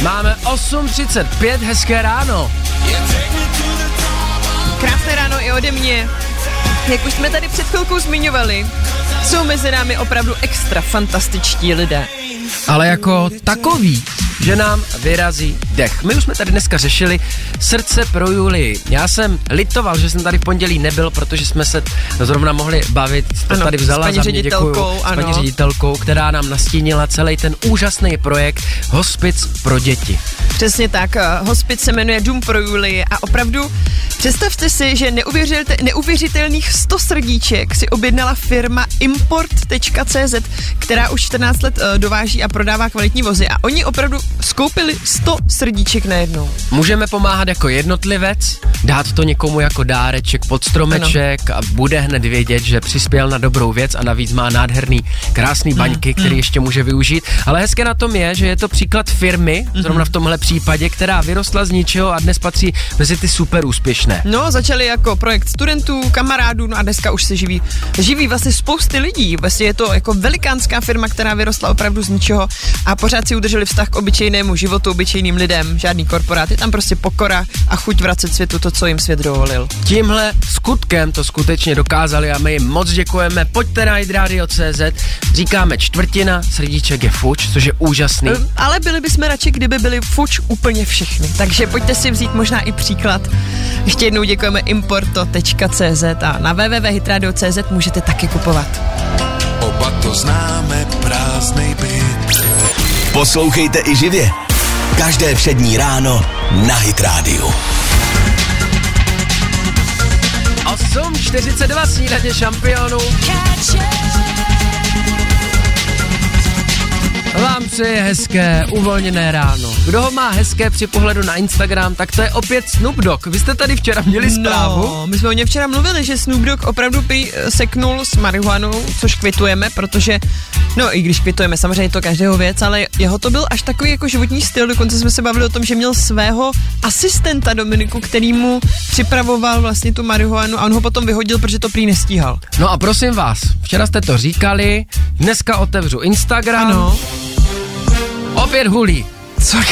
[SPEAKER 2] Máme 8.35, hezké ráno.
[SPEAKER 3] Krásné ráno i ode mě. Jak už jsme tady před chvilkou zmiňovali, jsou mezi námi opravdu extra fantastičtí lidé.
[SPEAKER 2] ale jako takový, že nám vyrazí dech. My už jsme tady dneska řešili srdce pro Julii. Já jsem litoval, že jsem tady v pondělí nebyl, protože jsme se zrovna mohli bavit. To
[SPEAKER 3] Ano,
[SPEAKER 2] tady vzala
[SPEAKER 3] s paní
[SPEAKER 2] za mě,
[SPEAKER 3] ředitelkou,
[SPEAKER 2] děkuju, S paní
[SPEAKER 3] ano.
[SPEAKER 2] ředitelkou, která nám nastínila celý ten úžasný projekt Hospic pro děti.
[SPEAKER 3] Přesně tak, eh, hospic se jmenuje Dům pro Julii a opravdu představte si, že neuvěřilte, neuvěřitelných 100 srdíček si objednala firma import.cz, která už 14 let eh, dováží a prodává kvalitní vozy a oni opravdu skoupili 100 srdíček najednou.
[SPEAKER 2] Můžeme pomáhat jako jednotlivec, dát to někomu jako dáreček pod stromeček a bude hned vědět, že přispěl na dobrou věc a navíc má nádherný, krásný baňky, který ještě může využít. Ale hezké na tom je, že je to příklad firmy, zrovna v tomhle případě, která vyrostla z ničeho a dnes patří mezi ty super úspěšné.
[SPEAKER 3] No, začali jako projekt studentů, kamarádů, no a dneska už se živí, živí vlastně spousty lidí. Vlastně je to jako velikánská firma, která vyrostla opravdu z ničeho a pořád si udrželi vztah k obyčejnému životu, obyčejným lidem, žádný korporát. Je tam prostě pokora a chuť vracet světu to, co jim svět dovolil.
[SPEAKER 2] Tímhle skutkem to skutečně dokázali a my jim moc děkujeme. Pojďte na idradio.cz, říkáme čtvrtina, srdíček je fuč, což je úžasný.
[SPEAKER 3] Ehm, Ale byli bychom radši, kdyby byli fuč úplně všechny. Takže pojďte si vzít možná i příklad. Ještě jednou děkujeme importo.cz a na www.hitradio.cz můžete taky kupovat.
[SPEAKER 8] Oba to známe, prázdnej byt.
[SPEAKER 1] Poslouchejte i živě. Každé přední ráno na Hit Radio.
[SPEAKER 2] 8.42 snídaně šampionů. Vám přeje hezké, uvolněné ráno. Kdo ho má hezké při pohledu na Instagram, tak to je opět Snoop Dogg. Vy jste tady včera měli zprávu.
[SPEAKER 3] No, my jsme o něm včera mluvili, že Snoop Dogg opravdu by eh, seknul s marihuanou, což kvitujeme, protože, no i když kvitujeme, samozřejmě je to každého věc, ale jeho to byl až takový jako životní styl, dokonce jsme se bavili o tom, že měl svého asistenta Dominiku, který mu připravoval vlastně tu marihuanu a on ho potom vyhodil, protože to prý nestíhal.
[SPEAKER 2] No a prosím vás, včera jste to říkali, dneska otevřu Instagram.
[SPEAKER 3] Ano.
[SPEAKER 2] Opět hulí.
[SPEAKER 3] Co?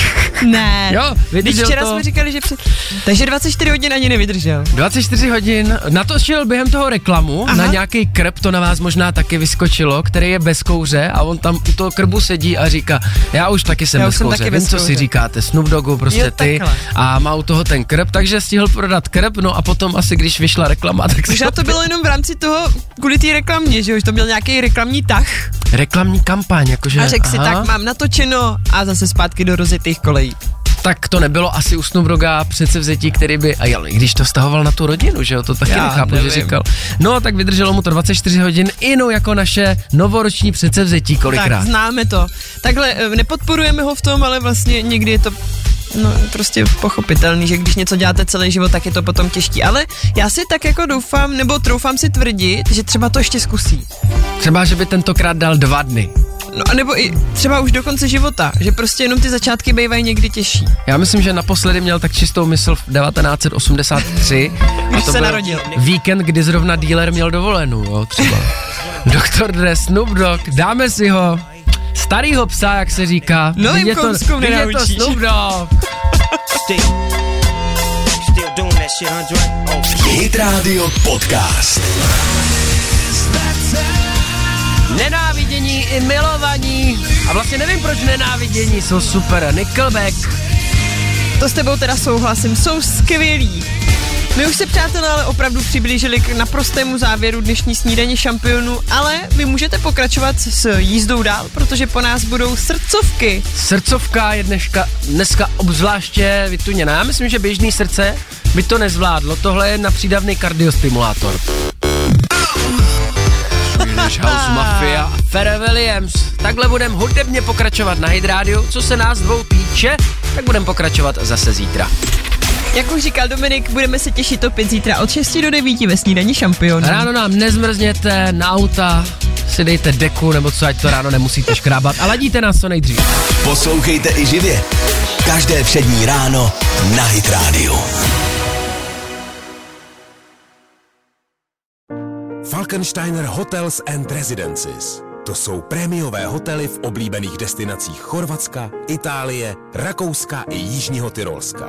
[SPEAKER 3] Ne.
[SPEAKER 2] Jo,
[SPEAKER 3] Vždyť
[SPEAKER 2] vydržel
[SPEAKER 3] včera
[SPEAKER 2] to.
[SPEAKER 3] jsme říkali, že před... Takže 24 hodin ani nevydržel.
[SPEAKER 2] 24 hodin, natočil během toho reklamu Aha.
[SPEAKER 3] Aha.
[SPEAKER 2] na nějaký krb, to na vás možná taky vyskočilo, který je bez kouře a on tam u toho krbu sedí a říká, já už taky jsem
[SPEAKER 3] Já
[SPEAKER 2] bez
[SPEAKER 3] už jsem
[SPEAKER 2] kouře,
[SPEAKER 3] taky
[SPEAKER 2] vím,
[SPEAKER 3] bez
[SPEAKER 2] co
[SPEAKER 3] kouře.
[SPEAKER 2] si říkáte, Snoop Doggu, prostě
[SPEAKER 3] Jo,
[SPEAKER 2] ty
[SPEAKER 3] takhle.
[SPEAKER 2] a má u toho ten krb, takže stihl prodat krb, no a potom asi když vyšla reklama, tak si
[SPEAKER 3] Možná to bylo jenom v rámci toho, kvůli té reklamě, že už to byl nějaký reklamní tah.
[SPEAKER 2] reklamní kampaň, jakože
[SPEAKER 3] A řekl si,
[SPEAKER 2] aha.
[SPEAKER 3] tak mám natočeno a zase zpátky do rozitých kolejí.
[SPEAKER 2] tak to nebylo asi u Snoop Dogga předsevzetí, který by, a jo, i když to stahoval na tu rodinu, že jo, to taky
[SPEAKER 3] Já
[SPEAKER 2] nechápu, že
[SPEAKER 3] nevím.
[SPEAKER 2] říkal. No, tak vydrželo mu to 24 hodin, inu jako naše novoroční předsevzetí
[SPEAKER 3] Tak
[SPEAKER 2] kolikrát.
[SPEAKER 3] známe to. Takhle eh, nepodporujeme ho v tom, ale vlastně někdy je to No, prostě pochopitelný, že když něco děláte celý život, tak je to potom těžký. Ale já si tak jako doufám, nebo troufám si tvrdit, že třeba to ještě zkusí.
[SPEAKER 2] Třeba, že by tentokrát dal dva dny.
[SPEAKER 3] No, a nebo i třeba už do konce života, že prostě jenom ty začátky bývají někdy těžší.
[SPEAKER 2] Já myslím, že naposledy měl tak čistou mysl v 1983.
[SPEAKER 3] Když se narodil.
[SPEAKER 2] Víkend, kdy zrovna dealer měl dovolenou, jo, třeba. Doktor D, Snoop Dogg, dáme si ho. Starýho psa, jak se říká.
[SPEAKER 3] Novým
[SPEAKER 2] Vždyť je to,
[SPEAKER 3] kouskům
[SPEAKER 2] vždyť je to
[SPEAKER 3] nenaučíš.
[SPEAKER 2] Snoop Dogg.
[SPEAKER 1] Hit Radio Podcast.
[SPEAKER 2] Nenávidění i milovaní. A vlastně nevím, proč nenávidění jsou super. Nickelback.
[SPEAKER 3] To s tebou teda souhlasím, jsou skvělí. My už se přátelé ale opravdu přiblížili k naprostému závěru dnešní snídaně šampionu, ale vy můžete pokračovat s jízdou dál, protože po nás budou srdcovky.
[SPEAKER 2] Srdcovka je dneška, dneska obzvláště vytuněná. Myslím, že běžný srdce by to nezvládlo. Tohle je napřídavný kardiostimulátor. Swedish House Mafia a Pharrell Williams. Takhle budeme hudebně pokračovat na Hit Radio. Co se nás dvou týče, tak budeme pokračovat zase zítra.
[SPEAKER 3] Jak už říkal Dominik, budeme se těšit opět zítra od 6 do 9 ve snídaní šampionu.
[SPEAKER 2] Ráno nám nezmrzněte na auta, si dejte deku nebo co, ať to ráno nemusíte škrábat a ladíte nás co nejdřív.
[SPEAKER 1] Poslouchejte i živě. Každé přední ráno na Hit Radio.
[SPEAKER 7] Falkensteiner Hotels and Residences. To jsou prémiové hotely v oblíbených destinacích Chorvatska, Itálie, Rakouska i Jižního Tyrolska.